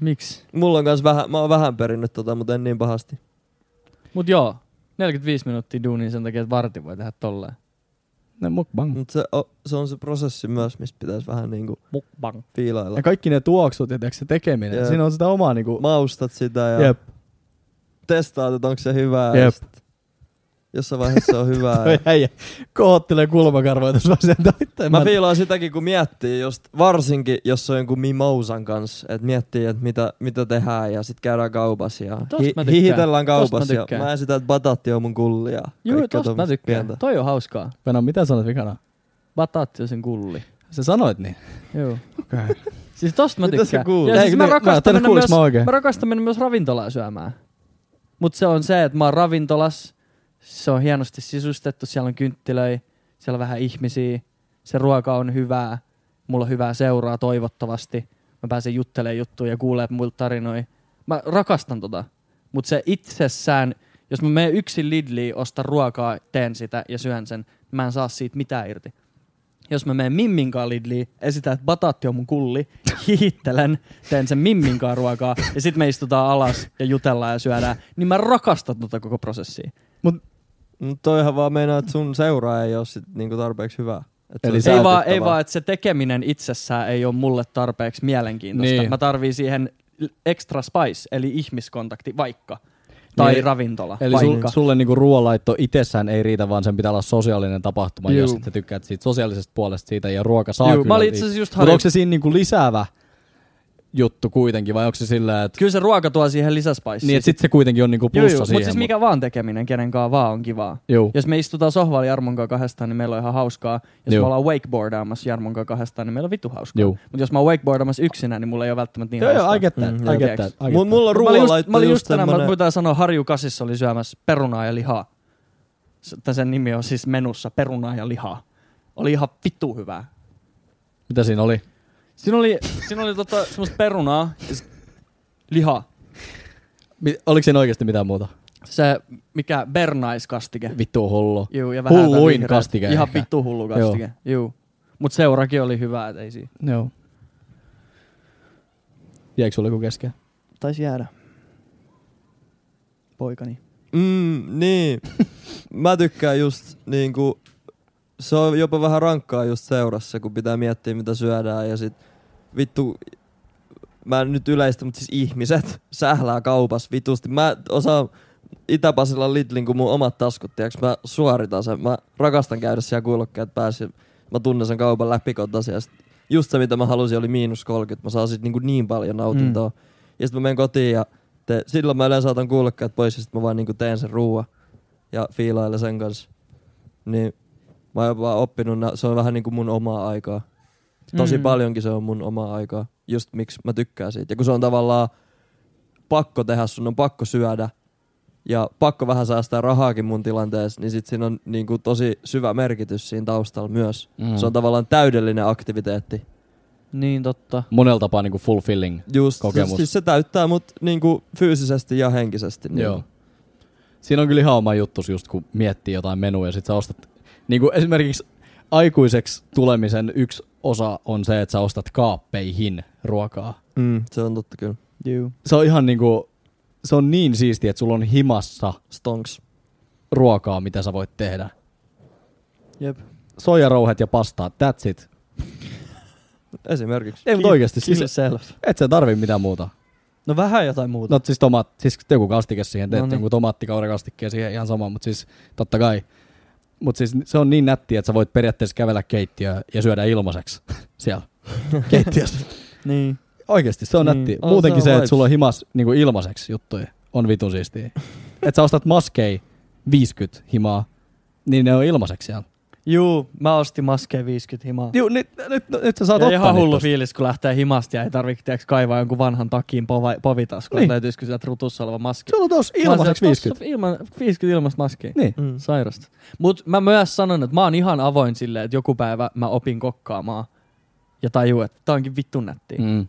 Speaker 2: Miksi?
Speaker 1: Mulla on kans vähän, mä oon vähän perinnyt tota, mutta en niin pahasti.
Speaker 3: Mm.
Speaker 2: Mut joo, 45 minuuttia duunia sen takia, että vartin voi tehdä tolleen.
Speaker 3: Ne mukbang.
Speaker 1: Mut se, o, se on se prosessi myös, mistä pitäisi vähän niinku
Speaker 2: Mukbang.
Speaker 1: fiilailla.
Speaker 3: Ja kaikki ne tuoksut ja tiiäks, se tekeminen.
Speaker 1: Jep.
Speaker 3: Siinä on sitä omaa niinku...
Speaker 1: Maustat sitä ja
Speaker 3: Jep.
Speaker 1: testaat, että onko se hyvää.
Speaker 3: Jep.
Speaker 1: ja sit Jossain vaiheessa se on hyvää.
Speaker 3: Toi
Speaker 1: ja-
Speaker 3: äijä kohottelee kulmakarvoja tuossa asian
Speaker 1: Mä fiilaan sitäkin, kun miettii, just, varsinkin jos on jonkun mimousan kanssa, että miettii, että mitä, mitä tehdään ja sitten käydään kaupassa ja
Speaker 2: Tosta mä tykkään.
Speaker 1: hiihitellään
Speaker 2: Tosta
Speaker 1: kaupassa.
Speaker 2: mä
Speaker 1: Mä,
Speaker 2: tykkään.
Speaker 1: mä en sitä, että bataatti on mun kullia.
Speaker 2: Joo,
Speaker 1: Kaikkea
Speaker 2: tosta mä
Speaker 1: tommosta
Speaker 2: tykkään.
Speaker 1: pientä.
Speaker 2: Toi on hauskaa.
Speaker 3: Peno, mitä sanot vikana?
Speaker 2: Bataatti on sen kulli.
Speaker 3: Sä sanoit niin.
Speaker 2: Joo.
Speaker 3: Okei.
Speaker 2: Siis tosta mä
Speaker 1: Mitä sä
Speaker 2: tykkään.
Speaker 1: kuulit?
Speaker 2: Ja
Speaker 3: Ei,
Speaker 2: siis mä
Speaker 3: niin, mä
Speaker 2: rakastan
Speaker 3: ajattelin,
Speaker 2: mennä
Speaker 3: kuulis
Speaker 2: myös,
Speaker 3: mä oikein.
Speaker 2: mä rakastan mennä myös ravintolaa syömään. Mut se on se, että mä oon ravintolas, se on hienosti sisustettu, siellä on kynttilöi, siellä on vähän ihmisiä, se ruoka on hyvää, mulla on hyvää seuraa toivottavasti. Mä pääsen juttelemaan juttuja ja kuulee muilta tarinoja. Mä rakastan tota. Mut se itsessään, jos mä menen yksin Lidliin, ostan ruokaa, teen sitä ja syön sen, mä en saa siitä mitään irti jos mä menen Mimminkaan Lidliin, esitän, että bataatti on mun kulli, hihittelen, teen sen Mimminkaan ruokaa ja sit me istutaan alas ja jutellaan ja syödään, niin mä rakastan tota koko prosessia.
Speaker 1: Mut toihan vaan meinaa, että sun seuraa ei ole sit niinku tarpeeksi hyvää. Et se
Speaker 3: Eli
Speaker 1: on
Speaker 3: sä
Speaker 2: Ei
Speaker 3: oot
Speaker 2: vaan,
Speaker 1: saavutettavaa.
Speaker 2: ei vaan, että se tekeminen itsessään ei ole mulle tarpeeksi mielenkiintoista.
Speaker 3: Niin.
Speaker 2: Niin. Mä tarvii siihen l- extra spice, eli ihmiskontakti vaikka. Tai
Speaker 3: Niin.
Speaker 2: niin. ravintola
Speaker 3: Eli sul,
Speaker 2: vaikka.
Speaker 3: sulle niinku ruoanlaitto itsessään ei riitä, vaan sen pitää olla sosiaalinen tapahtuma, Juu.
Speaker 2: Juu.
Speaker 3: jos sä tykkäät siitä sosiaalisesta puolesta siitä ja ruoka saa Juu,
Speaker 2: Juu,
Speaker 3: kyllä.
Speaker 2: mä olin itse
Speaker 3: riittää.
Speaker 2: asiassa just
Speaker 3: Mutta
Speaker 2: harjoittanut.
Speaker 3: onko se siinä niinku lisäävä juttu kuitenkin, vai onko se sillä, että...
Speaker 2: Kyllä se ruoka tuo siihen lisäspaissia.
Speaker 3: Niin, että sit se kuitenkin on niinku
Speaker 2: Juu,
Speaker 3: plussa
Speaker 2: juu,
Speaker 3: siihen.
Speaker 2: mutta siis mikä vaan tekeminen, kenenkaan vaan on kivaa.
Speaker 3: Juu.
Speaker 2: Jos me istutaan sohvalla Jarmon kanssa kahdestaan, niin meillä on ihan hauskaa. Jos
Speaker 3: Joo.
Speaker 2: me ollaan wakeboardaamassa Jarmon kanssa kahdestaan, niin meillä on vittu hauskaa.
Speaker 3: Joo.
Speaker 2: Mutta jos mä oon wakeboardaamassa yksinään, niin mulla ei ole välttämättä niin
Speaker 3: Joo, joo,
Speaker 2: hauskaa.
Speaker 3: I get that,
Speaker 1: Mm,
Speaker 3: I
Speaker 1: joo.
Speaker 3: get that, I get
Speaker 1: Mut mulla on
Speaker 2: Mä olin
Speaker 1: ruoanlaitto
Speaker 2: just, mä olin just tänään,
Speaker 1: semmonen-
Speaker 2: mä pitää sanoa, Harju Kasissa oli syömässä perunaa ja lihaa. S- tän sen nimi on siis menussa perunaa ja lihaa. Oli ihan vittu hyvää.
Speaker 3: that. Mitä siinä oli?
Speaker 2: Siinä oli, siinä oli tota, semmoista perunaa ja sit lihaa.
Speaker 3: Mi- oliko siinä oikeasti mitään muuta?
Speaker 2: Se, mikä bernaiskastike.
Speaker 3: Vittu hullu.
Speaker 2: Juu, ja vähän
Speaker 3: Hulluin
Speaker 2: vihreät.
Speaker 3: kastike
Speaker 2: Ihan
Speaker 3: ehkä.
Speaker 2: vittu hullu kastike. Juu. Mut seurakin oli hyvä, et ei siinä.
Speaker 3: Joo. Jäikö sulle joku kesken?
Speaker 5: Taisi jäädä. Poikani.
Speaker 1: Mm, niin. Mä tykkään just niinku, se on jopa vähän rankkaa just seurassa, kun pitää miettiä mitä syödään ja sit vittu, mä en nyt yleistä, mutta siis ihmiset sählää kaupas vitusti. Mä osaan Itä-Pasilan Lidlin kuin mun omat taskut, tiiäks? mä suoritan sen. Mä rakastan käydä siellä kuulokkeet päässä. Mä tunnen sen kaupan läpikotasi ja sit just se mitä mä halusin oli miinus 30. Mä saan sit niinku niin paljon nautintoa. Mm. Ja sitten mä menen kotiin ja te, silloin mä yleensä otan kuulokkeet pois ja sitten mä vaan niinku teen sen ruua ja fiilailen sen kanssa. Niin mä oon jopa oppinut, nä- se on vähän niinku mun omaa aikaa. Tosi
Speaker 2: Mm.
Speaker 1: mm. paljonkin se on mun omaa aikaa. Just miksi mä tykkään siitä. Ja kun se on tavallaan pakko tehdä, sun on pakko syödä ja pakko vähän säästää rahaakin mun tilanteessa, niin sit siinä on niinku tosi syvä merkitys siinä taustalla myös. Mm. Se on tavallaan täydellinen aktiviteetti.
Speaker 2: Niin totta.
Speaker 3: Monella tapaa niinku fulfilling.
Speaker 1: Just,
Speaker 3: Kokemus.
Speaker 1: Kokemus. siis se täyttää mut niinku fyysisesti ja henkisesti. Niinku.
Speaker 3: Joo. Niin Siinä on kyllä ihan oma juttus just kun miettii jotain menuja ja sit sä ostat, niin kuin esimerkiksi aikuiseksi tulemisen yksi osa on se, että sä ostat kaappeihin ruokaa.
Speaker 1: Mm, se on totta kyllä.
Speaker 2: Juu.
Speaker 3: Se on ihan niinku, se on niin siistiä, että sulla on himassa
Speaker 1: Stonks.
Speaker 3: ruokaa, mitä sä voit tehdä.
Speaker 5: Jep.
Speaker 3: Soijarouhet ja pastaa, that's it.
Speaker 1: Esimerkiksi.
Speaker 3: Ei mutta oikeesti, siis
Speaker 5: self.
Speaker 3: et sä tarvi mitään muuta.
Speaker 5: No vähän jotain muuta.
Speaker 3: No siis, tomaat, siis joku kastike siihen, teet no
Speaker 5: No niin.
Speaker 3: niin. joku tomaattikaurakastikkeen siihen ihan sama, mutta siis totta kai. Mutta siis se on niin nättiä, että sä voit periaatteessa kävellä keittiöön ja syödä ilmaiseksi siellä keittiössä.
Speaker 5: Niin.
Speaker 3: Oikeasti se on
Speaker 5: Niin,
Speaker 3: nättiä.
Speaker 1: on,
Speaker 3: Muutenkin
Speaker 1: se
Speaker 3: se,
Speaker 1: on
Speaker 3: että
Speaker 1: vibes.
Speaker 3: sulla on himas niin ilmaiseksi juttuja, on vitun siistiä. että sä ostat maskeja 50 himaa, niin ne on ilmaiseksi siellä.
Speaker 2: Juu, mä ostin maskeja 50 himaa.
Speaker 3: Juu, nyt, nyt, nyt sä saat
Speaker 2: Ja
Speaker 3: ottaa
Speaker 2: ihan
Speaker 3: niitä
Speaker 2: hullu
Speaker 3: tosta.
Speaker 2: fiilis, kun lähtee himasta ja ei tarvitse tiiäks, kaivaa jonkun vanhan takin pova- povitaskuun,
Speaker 3: Niin.
Speaker 2: niin. löytyisikö sieltä rutussa oleva maski.
Speaker 3: Sulla on tos
Speaker 2: Mä oon
Speaker 3: ilmaiseksi
Speaker 2: sieltä,
Speaker 3: 50.
Speaker 2: tossa Ilman, 50 ilmasta maskia.
Speaker 3: Niin.
Speaker 1: Mm.
Speaker 2: Sairasta. Mut mä myös sanon, että mä oon ihan avoin silleen, että joku päivä mä opin kokkaamaan ja tajuu, että tää onkin vittu nättiä. Mm.
Speaker 3: Mm.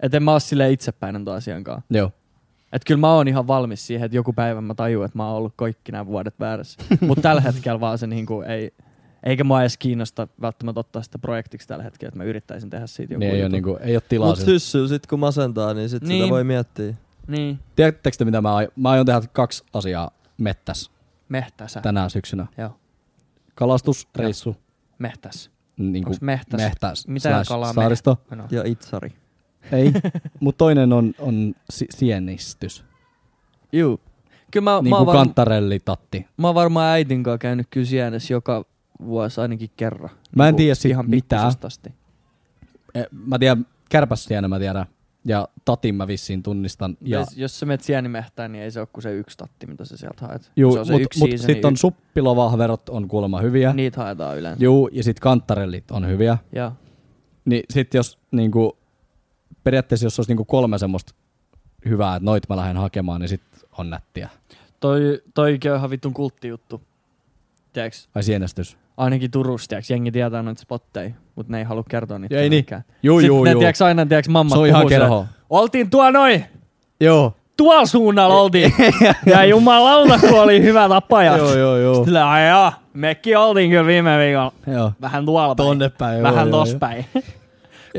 Speaker 2: Et en mä oo silleen itsepäinen tuon asiankaan.
Speaker 3: Joo.
Speaker 2: Et kyllä mä oon ihan valmis siihen, että joku päivä mä tajuu, että mä oon ollut kaikki nämä vuodet väärässä. Mut tällä hetkellä vaan se niinku ei, eikä mua edes kiinnosta välttämättä ottaa sitä projektiksi tällä hetkellä, että mä yrittäisin tehdä siitä joku
Speaker 3: Niin ei, ole,
Speaker 2: jutun.
Speaker 3: niinku, ei ole tilaa
Speaker 1: Mut siis
Speaker 3: sille.
Speaker 1: syssyy sit kun masentaa, niin sit niin.
Speaker 2: Niin.
Speaker 1: sitä voi miettiä.
Speaker 2: Niin,
Speaker 3: Tiedättekö te, mitä mä aion? Mä aion tehdä kaksi asiaa mettäs
Speaker 2: mehtäsä. Tän...
Speaker 3: tänä syksynä.
Speaker 2: Joo.
Speaker 3: Kalastusreissu.
Speaker 2: Mehtäs.
Speaker 3: Niin kuin
Speaker 2: Onks mehtäs?
Speaker 3: mehtäs.
Speaker 2: Mitä
Speaker 3: slash
Speaker 2: kalaa
Speaker 3: saaristo.
Speaker 2: No.
Speaker 1: Ja itsari.
Speaker 3: Ei. Mut toinen on, on si- sienistys.
Speaker 2: Juu. Kyllä mä,
Speaker 3: Niin
Speaker 2: mä, oon
Speaker 3: kuin
Speaker 2: varm...
Speaker 3: kantarellitatti.
Speaker 2: mä oon varmaan äitin kanssa käynyt kyllä sienessä joka vuosi ainakin kerran.
Speaker 3: Mä en
Speaker 2: Niinku
Speaker 3: tiedä siitä
Speaker 2: ihan
Speaker 3: mitään.
Speaker 2: pikkusesta Asti.
Speaker 3: Eh, Mä tiedän, kärpässienä mä tiedän. Ja tatin mä vissiin tunnistan.
Speaker 2: Ja.
Speaker 3: Ja
Speaker 2: Jos, jos sä menet sienimehtään, niin ei se ole kuin se yksi tatti, mitä sä sieltä haet.
Speaker 3: Juu,
Speaker 2: se on se
Speaker 3: mut,
Speaker 2: yksi
Speaker 3: mut
Speaker 2: seasoni,
Speaker 3: sitten on
Speaker 2: yksi-
Speaker 3: suppilovahverot on kuulemma hyviä. Niin.
Speaker 2: Niitä haetaan yleensä.
Speaker 3: Juu, ja sitten kantarellit on hyviä.
Speaker 2: Ja.
Speaker 3: Niin sitten jos niinku, periaatteessa jos olisi niinku kolme semmoista hyvää, että noit mä lähden hakemaan, niin sitten on nättiä.
Speaker 2: Toi, toi on ihan vittun kulttijuttu. Tiedäks,
Speaker 3: Ai sienestys.
Speaker 2: ainakin Turussa, tiedäks, jengi tietää noita spotteja, mutta ne ei halua kertoa niitä.
Speaker 3: Ei niin.
Speaker 2: kenellekään.
Speaker 3: Juu,
Speaker 2: Sitten
Speaker 3: juu,
Speaker 2: ne,
Speaker 3: juu.
Speaker 2: tiedäks, aina, tiedäks, mammat
Speaker 3: Se on ihan
Speaker 2: puhuu sille,
Speaker 3: kerho.
Speaker 2: Oltiin tuo noin!
Speaker 3: Joo.
Speaker 2: tuolla suunnalla oltiin. ja jumalauta, kun oli hyvä tapaja.
Speaker 3: Joo, joo, joo.
Speaker 2: Sitten ai joo, mekin oltiin kyllä viime viikolla.
Speaker 3: Joo.
Speaker 2: Vähän tuolla päin.
Speaker 3: Tonne päin.
Speaker 2: Vähän
Speaker 3: joo,
Speaker 2: tos päin.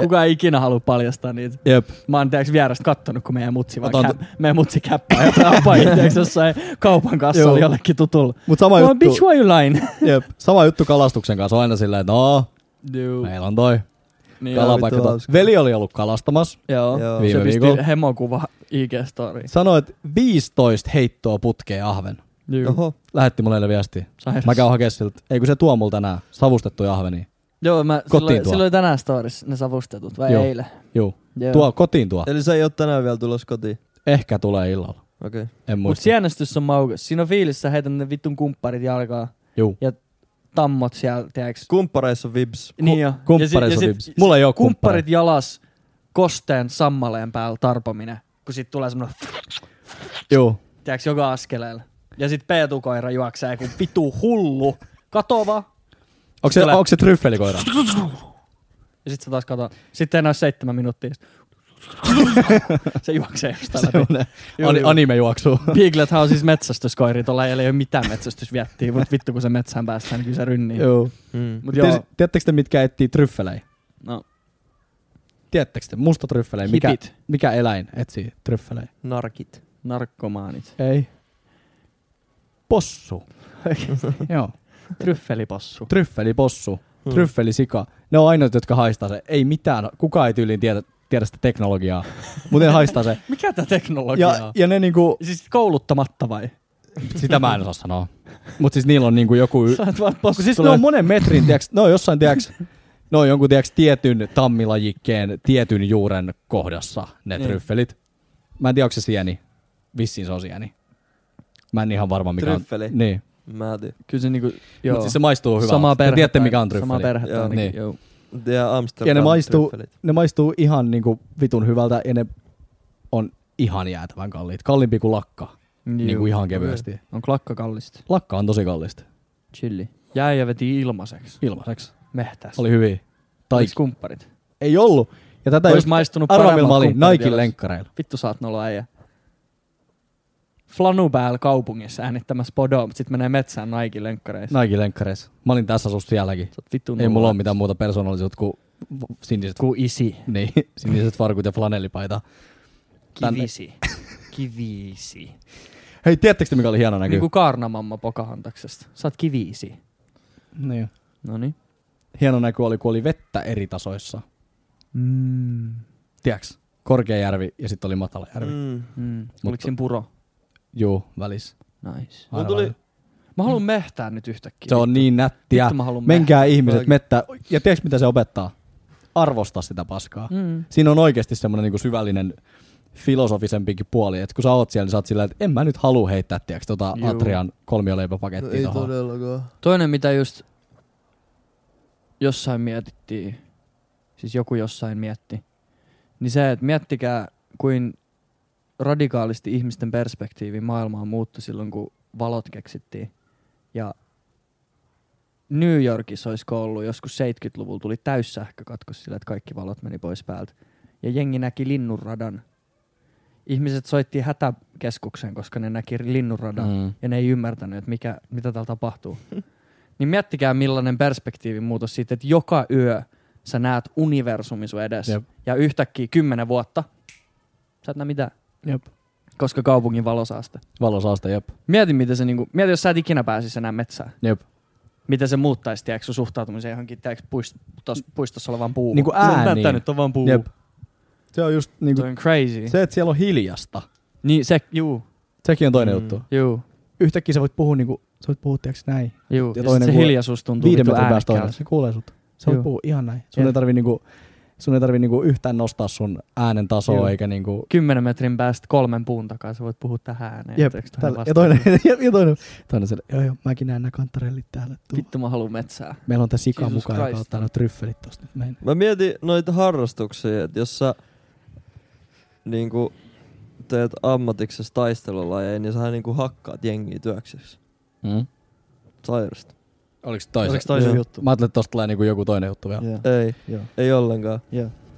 Speaker 2: Kuka ei ikinä halua paljastaa niitä.
Speaker 3: Joo. Jep.
Speaker 2: Mä oon tiiäks vierestä kattonut, kun meidän mutsi, vaan
Speaker 3: Otan
Speaker 2: kä- meidän mutsi käppää jotain apajia, tiiäks jossain kaupan kassalla
Speaker 3: Joo.
Speaker 2: jollekin tutulla.
Speaker 3: Mut sama
Speaker 2: Well,
Speaker 3: juttu,
Speaker 2: bitch, why you lying?
Speaker 3: jep. sama juttu kalastuksen kanssa on aina silleen, että no,
Speaker 2: Juu.
Speaker 3: meillä on toi
Speaker 2: Niin, joo.
Speaker 3: kalapaikka.
Speaker 1: vittu
Speaker 3: to-
Speaker 1: hauska.
Speaker 3: Veli oli ollut kalastamassa.
Speaker 2: Joo.
Speaker 1: Joo.
Speaker 3: Viime
Speaker 2: Se
Speaker 3: viikolla.
Speaker 2: pisti hemokuva IG-storiin.
Speaker 3: Sanoi, että 15 heittoa putkeen ahven.
Speaker 2: Juu.
Speaker 1: Oho.
Speaker 3: Lähetti mulle eilen viestiä.
Speaker 2: Sairas.
Speaker 3: Mä käyn hakemaan siltä. Ei kun se tuo mulla tänään savustettuja ahvenia.
Speaker 2: Joo, mä,
Speaker 3: Kotiin
Speaker 2: silloin,
Speaker 3: tuo.
Speaker 2: silloin tänään storissa ne savustetut, vai
Speaker 3: Joo.
Speaker 2: eilen?
Speaker 3: Juu.
Speaker 2: Joo.
Speaker 3: Tuo kotiin tuo.
Speaker 1: Eli se ei oo tänään vielä tulossa kotiin.
Speaker 3: Ehkä tulee illalla.
Speaker 1: Okei. Okay.
Speaker 3: En
Speaker 2: Mut
Speaker 3: muista.
Speaker 2: sienestys on maukas. Siinä on fiilis, sä heität ne vittun kumpparit jalkaa.
Speaker 3: Juu.
Speaker 2: Tammot siellä, tiiäks.
Speaker 1: Kumppareissa vibs.
Speaker 2: Niin jo.
Speaker 3: Kumppari
Speaker 2: Ja sit- ja
Speaker 3: sopii.
Speaker 2: sit-
Speaker 3: Mulla ei oo kumppari.
Speaker 2: Kumpparit jalas, kosteen sammaleen päällä tarpominen. Kun sit tulee semmonen,
Speaker 3: Juu.
Speaker 2: tiiäks, joka askeleella. Ja sit peetukoira juoksee kuin vitu hullu. Katova.
Speaker 3: Onko se,
Speaker 2: Tulee.
Speaker 3: onko se tryffelikoira?
Speaker 2: Ja sit sä taas kato. Sitten enää seitsemän minuuttia. se juoksee jostain läpi. Juu,
Speaker 3: Ani,
Speaker 2: juu.
Speaker 3: anime juoksuu.
Speaker 2: Piglethän on siis metsästyskoiri, tuolla ei ole mitään metsästysviettiä, mutta vittu kun se metsään päästään, niin kyllä se rynnii.
Speaker 3: Joo.
Speaker 1: Mm.
Speaker 2: Mut joo,
Speaker 3: Tiedättekö te, mitkä etsii tryffelejä?
Speaker 2: No.
Speaker 3: Tiedättekö te, musta tryffelejä? Mikä,
Speaker 2: Hipit.
Speaker 3: mikä eläin etsii tryffelejä?
Speaker 1: Narkit.
Speaker 2: narkkomaanit.
Speaker 3: Ei. Possu. Joo.
Speaker 2: Tryffelipossu.
Speaker 3: Tryffelipossu.
Speaker 2: Hmm.
Speaker 3: Tryffelisika. Ne on ainoat, jotka haistaa se. Ei mitään. Kukaan ei tyyliin tiedä, tiedä sitä teknologiaa. Mutta ne haistaa se.
Speaker 2: Mikä tämä teknologia
Speaker 3: Ja,
Speaker 2: on?
Speaker 3: ja ne niinku,
Speaker 2: Siis kouluttamatta vai?
Speaker 3: sitä mä en osaa sanoa. Mutta siis niillä on niinku joku... y-
Speaker 2: Sä oot vaan
Speaker 3: Kun
Speaker 2: possu.
Speaker 3: siis
Speaker 2: Siis
Speaker 3: ne
Speaker 2: tulee...
Speaker 3: on monen metrin, tiiäks, ne on jossain, tiiäks, ne on jonkun tiiäks, tietyn tammilajikkeen, tietyn juuren kohdassa ne
Speaker 2: Niin.
Speaker 3: tryffelit. Mä en tiedä, onko se sieni. Vissiin se on sieni. Mä en ihan varma, mikä
Speaker 1: Tryffeli.
Speaker 3: on. Niin.
Speaker 1: Mä en tiedä.
Speaker 2: Kyllä se niinku, joo.
Speaker 3: Mutta siis se maistuu hyvältä.
Speaker 2: Samaa
Speaker 3: Te
Speaker 2: perhettä.
Speaker 3: tiedätte, mikä on tryffeli.
Speaker 2: Samaa perhettä
Speaker 1: Joo.
Speaker 2: joo. ainakin,
Speaker 3: Niin.
Speaker 2: niin. joo.
Speaker 1: Ja Amsterdam
Speaker 3: Ja ne maistuu-
Speaker 1: tryffelit.
Speaker 3: Ne maistuu ihan niinku vitun hyvältä ja ne on ihan jäätävän kalliit. Kalliimpi kuin lakka. Niin kuin ihan kevyesti.
Speaker 2: On klakka kallista.
Speaker 3: Lakka on tosi kallista.
Speaker 2: Chilli. Jäijä veti ilmaiseksi.
Speaker 3: Ilmaiseksi.
Speaker 2: Mehtäs.
Speaker 3: Oli hyviä. Tai
Speaker 2: Oliks kumpparit.
Speaker 3: ei ollut. Ja tätä
Speaker 2: Olis
Speaker 3: just
Speaker 2: maistunut
Speaker 3: Arvamilla
Speaker 2: paremmat
Speaker 3: mä olin
Speaker 2: kumpparit
Speaker 3: Naikin
Speaker 2: jos-
Speaker 3: lenkkareilla.
Speaker 2: Vittu saat nolla äijä. Flanu päällä kaupungissa äänittämässä podoa, mutta sit menee metsään Naikin lenkkareissa.
Speaker 3: Naikin lenkkareissa. Mä olin tässä asussa sielläkin.
Speaker 2: Sä oot vittu
Speaker 3: No. Ei
Speaker 2: nolla.
Speaker 3: mulla ole mitään muuta persoonallisuutta kuin v- siniset,
Speaker 2: Ku isi.
Speaker 3: niin, siniset farkut ja flanellipaita. Tänne.
Speaker 2: Kivisi. Kivisi.
Speaker 3: Hei, tiedättekö te, mikä oli hieno näkyy?
Speaker 2: Niin kuin Kaarnamamma Pokahantaksesta. Sä oot kiviisi.
Speaker 3: niin.
Speaker 2: Noniin.
Speaker 3: Hieno näky oli, kun oli vettä eri tasoissa.
Speaker 2: Mm.
Speaker 3: Tiedäks? Korkea järvi ja sitten oli matala järvi. Mm.
Speaker 1: Mm.
Speaker 2: Mm. Oliko
Speaker 3: Mutta-
Speaker 2: siinä puro?
Speaker 3: Juu, välissä.
Speaker 2: Nice.
Speaker 1: Mulla tuli,
Speaker 2: Mä haluan mehtää nyt yhtäkkiä.
Speaker 3: Se on niin nättiä.
Speaker 2: No Vittu mä haluan mehtää.
Speaker 3: Menkää ihmiset
Speaker 1: Oikein.
Speaker 3: mettä. Ja tiedätkö mitä se opettaa? Arvosta sitä paskaa. Mm.
Speaker 2: Mm.
Speaker 3: Siinä on oikeasti semmoinen niinku syvällinen filosofisempikin puoli, että kun sä oot siellä, niin sä oot sillä, että en mä nyt halua heittää, tiedätkö, tota
Speaker 2: Juu.
Speaker 3: Atrian kolmioleipäpakettia no,
Speaker 1: todellakaan.
Speaker 2: Toinen mitä just jossain mietittiin, siis joku jossain mietti, niin se, että miettikää, kuin radikaalisti ihmisten perspektiivi maailmaa muuttui silloin, kun valot keksittiin. Ja New Yorkissa olisiko ollut joskus 70-luvulla tuli täyssähkökatkos sillä, että kaikki valot meni pois päältä. Ja jengi näki linnunradan. Ihmiset soitti hätäkeskukseen, koska ne näki linnunradan
Speaker 3: Mm.
Speaker 2: ja ne ei ymmärtänyt, että mikä, mitä täällä tapahtuu. niin miettikää millainen perspektiivin muutos siitä, että joka yö sä näet universumin sun edessä
Speaker 3: Jep.
Speaker 2: ja yhtäkkiä kymmenen vuotta sä et näe mitään,
Speaker 3: Jep.
Speaker 2: koska kaupungin valosaaste.
Speaker 3: Valosaaste, jep.
Speaker 2: Mieti, mitä se niinku, mieti, jos sä et ikinä pääsisi enää metsään.
Speaker 3: Jep.
Speaker 2: Miten se muuttaisi, tiedätkö, sun suhtautumisen johonkin, tiedätkö, puist, tos, puistossa olevaan puuhun.
Speaker 3: Niinku ääniin.
Speaker 2: Tämä nyt on vaan puu.
Speaker 3: Jep. Se on just niinku,
Speaker 2: Toi on crazy. Se,
Speaker 3: se, että siellä on hiljasta.
Speaker 2: niin, se, juu,
Speaker 3: Sekin on toinen
Speaker 1: Mm.
Speaker 3: mm. juttu.
Speaker 2: juu,
Speaker 3: Yhtäkkiä sä voit puhua niinku, sä voit puhua tiiäks näin.
Speaker 2: juu. Ja, ja
Speaker 3: Ja toinen
Speaker 2: sit se
Speaker 3: kuule-
Speaker 2: hiljaisuus tuntuu
Speaker 3: Viiden
Speaker 2: vittu
Speaker 3: metrin päästä toinen.
Speaker 2: äänekkäällä.
Speaker 3: Se kuulee sut. Sä voit
Speaker 2: Juu.
Speaker 3: puhua ihan näin. Sun
Speaker 2: Jep.
Speaker 3: ei tarvi niinku, sun ei tarvi niinku yhtään nostaa sun äänen tasoa
Speaker 2: Juu.
Speaker 3: eikä niinku
Speaker 2: kymmenen metrin päästä kolmen puun takaa sä voit puhua tähän ääneen.
Speaker 3: Jep,
Speaker 2: Tiedätkö,
Speaker 3: tällä-
Speaker 2: toinen
Speaker 3: ja
Speaker 2: vastaa.
Speaker 3: toinen, ja, ja toinen, toinen siellä, joo joo, mäkin näen nämä kantarellit täällä. Tuu.
Speaker 2: Vittu mä haluun metsää.
Speaker 3: Meillä on tää sika
Speaker 2: Jesus
Speaker 3: mukaan, joka
Speaker 2: Christ.
Speaker 3: ottaa nuo tryffelit tosta nyt meille.
Speaker 1: Mä mietin noita harrastuksia, että jos sä niinku teet ammatiksessa taistelulajeja, niin sä niinku hakkaat jengiä työksessä.
Speaker 3: Mm.
Speaker 1: Sairasta.
Speaker 3: Oliko
Speaker 5: Oliko toisen
Speaker 1: Joo.
Speaker 5: juttu?
Speaker 3: Mä ajattelin, että tosta tulee niinku joku toinen juttu vielä.
Speaker 5: Joo.
Speaker 1: Ei,
Speaker 5: Joo.
Speaker 1: ei ollenkaan.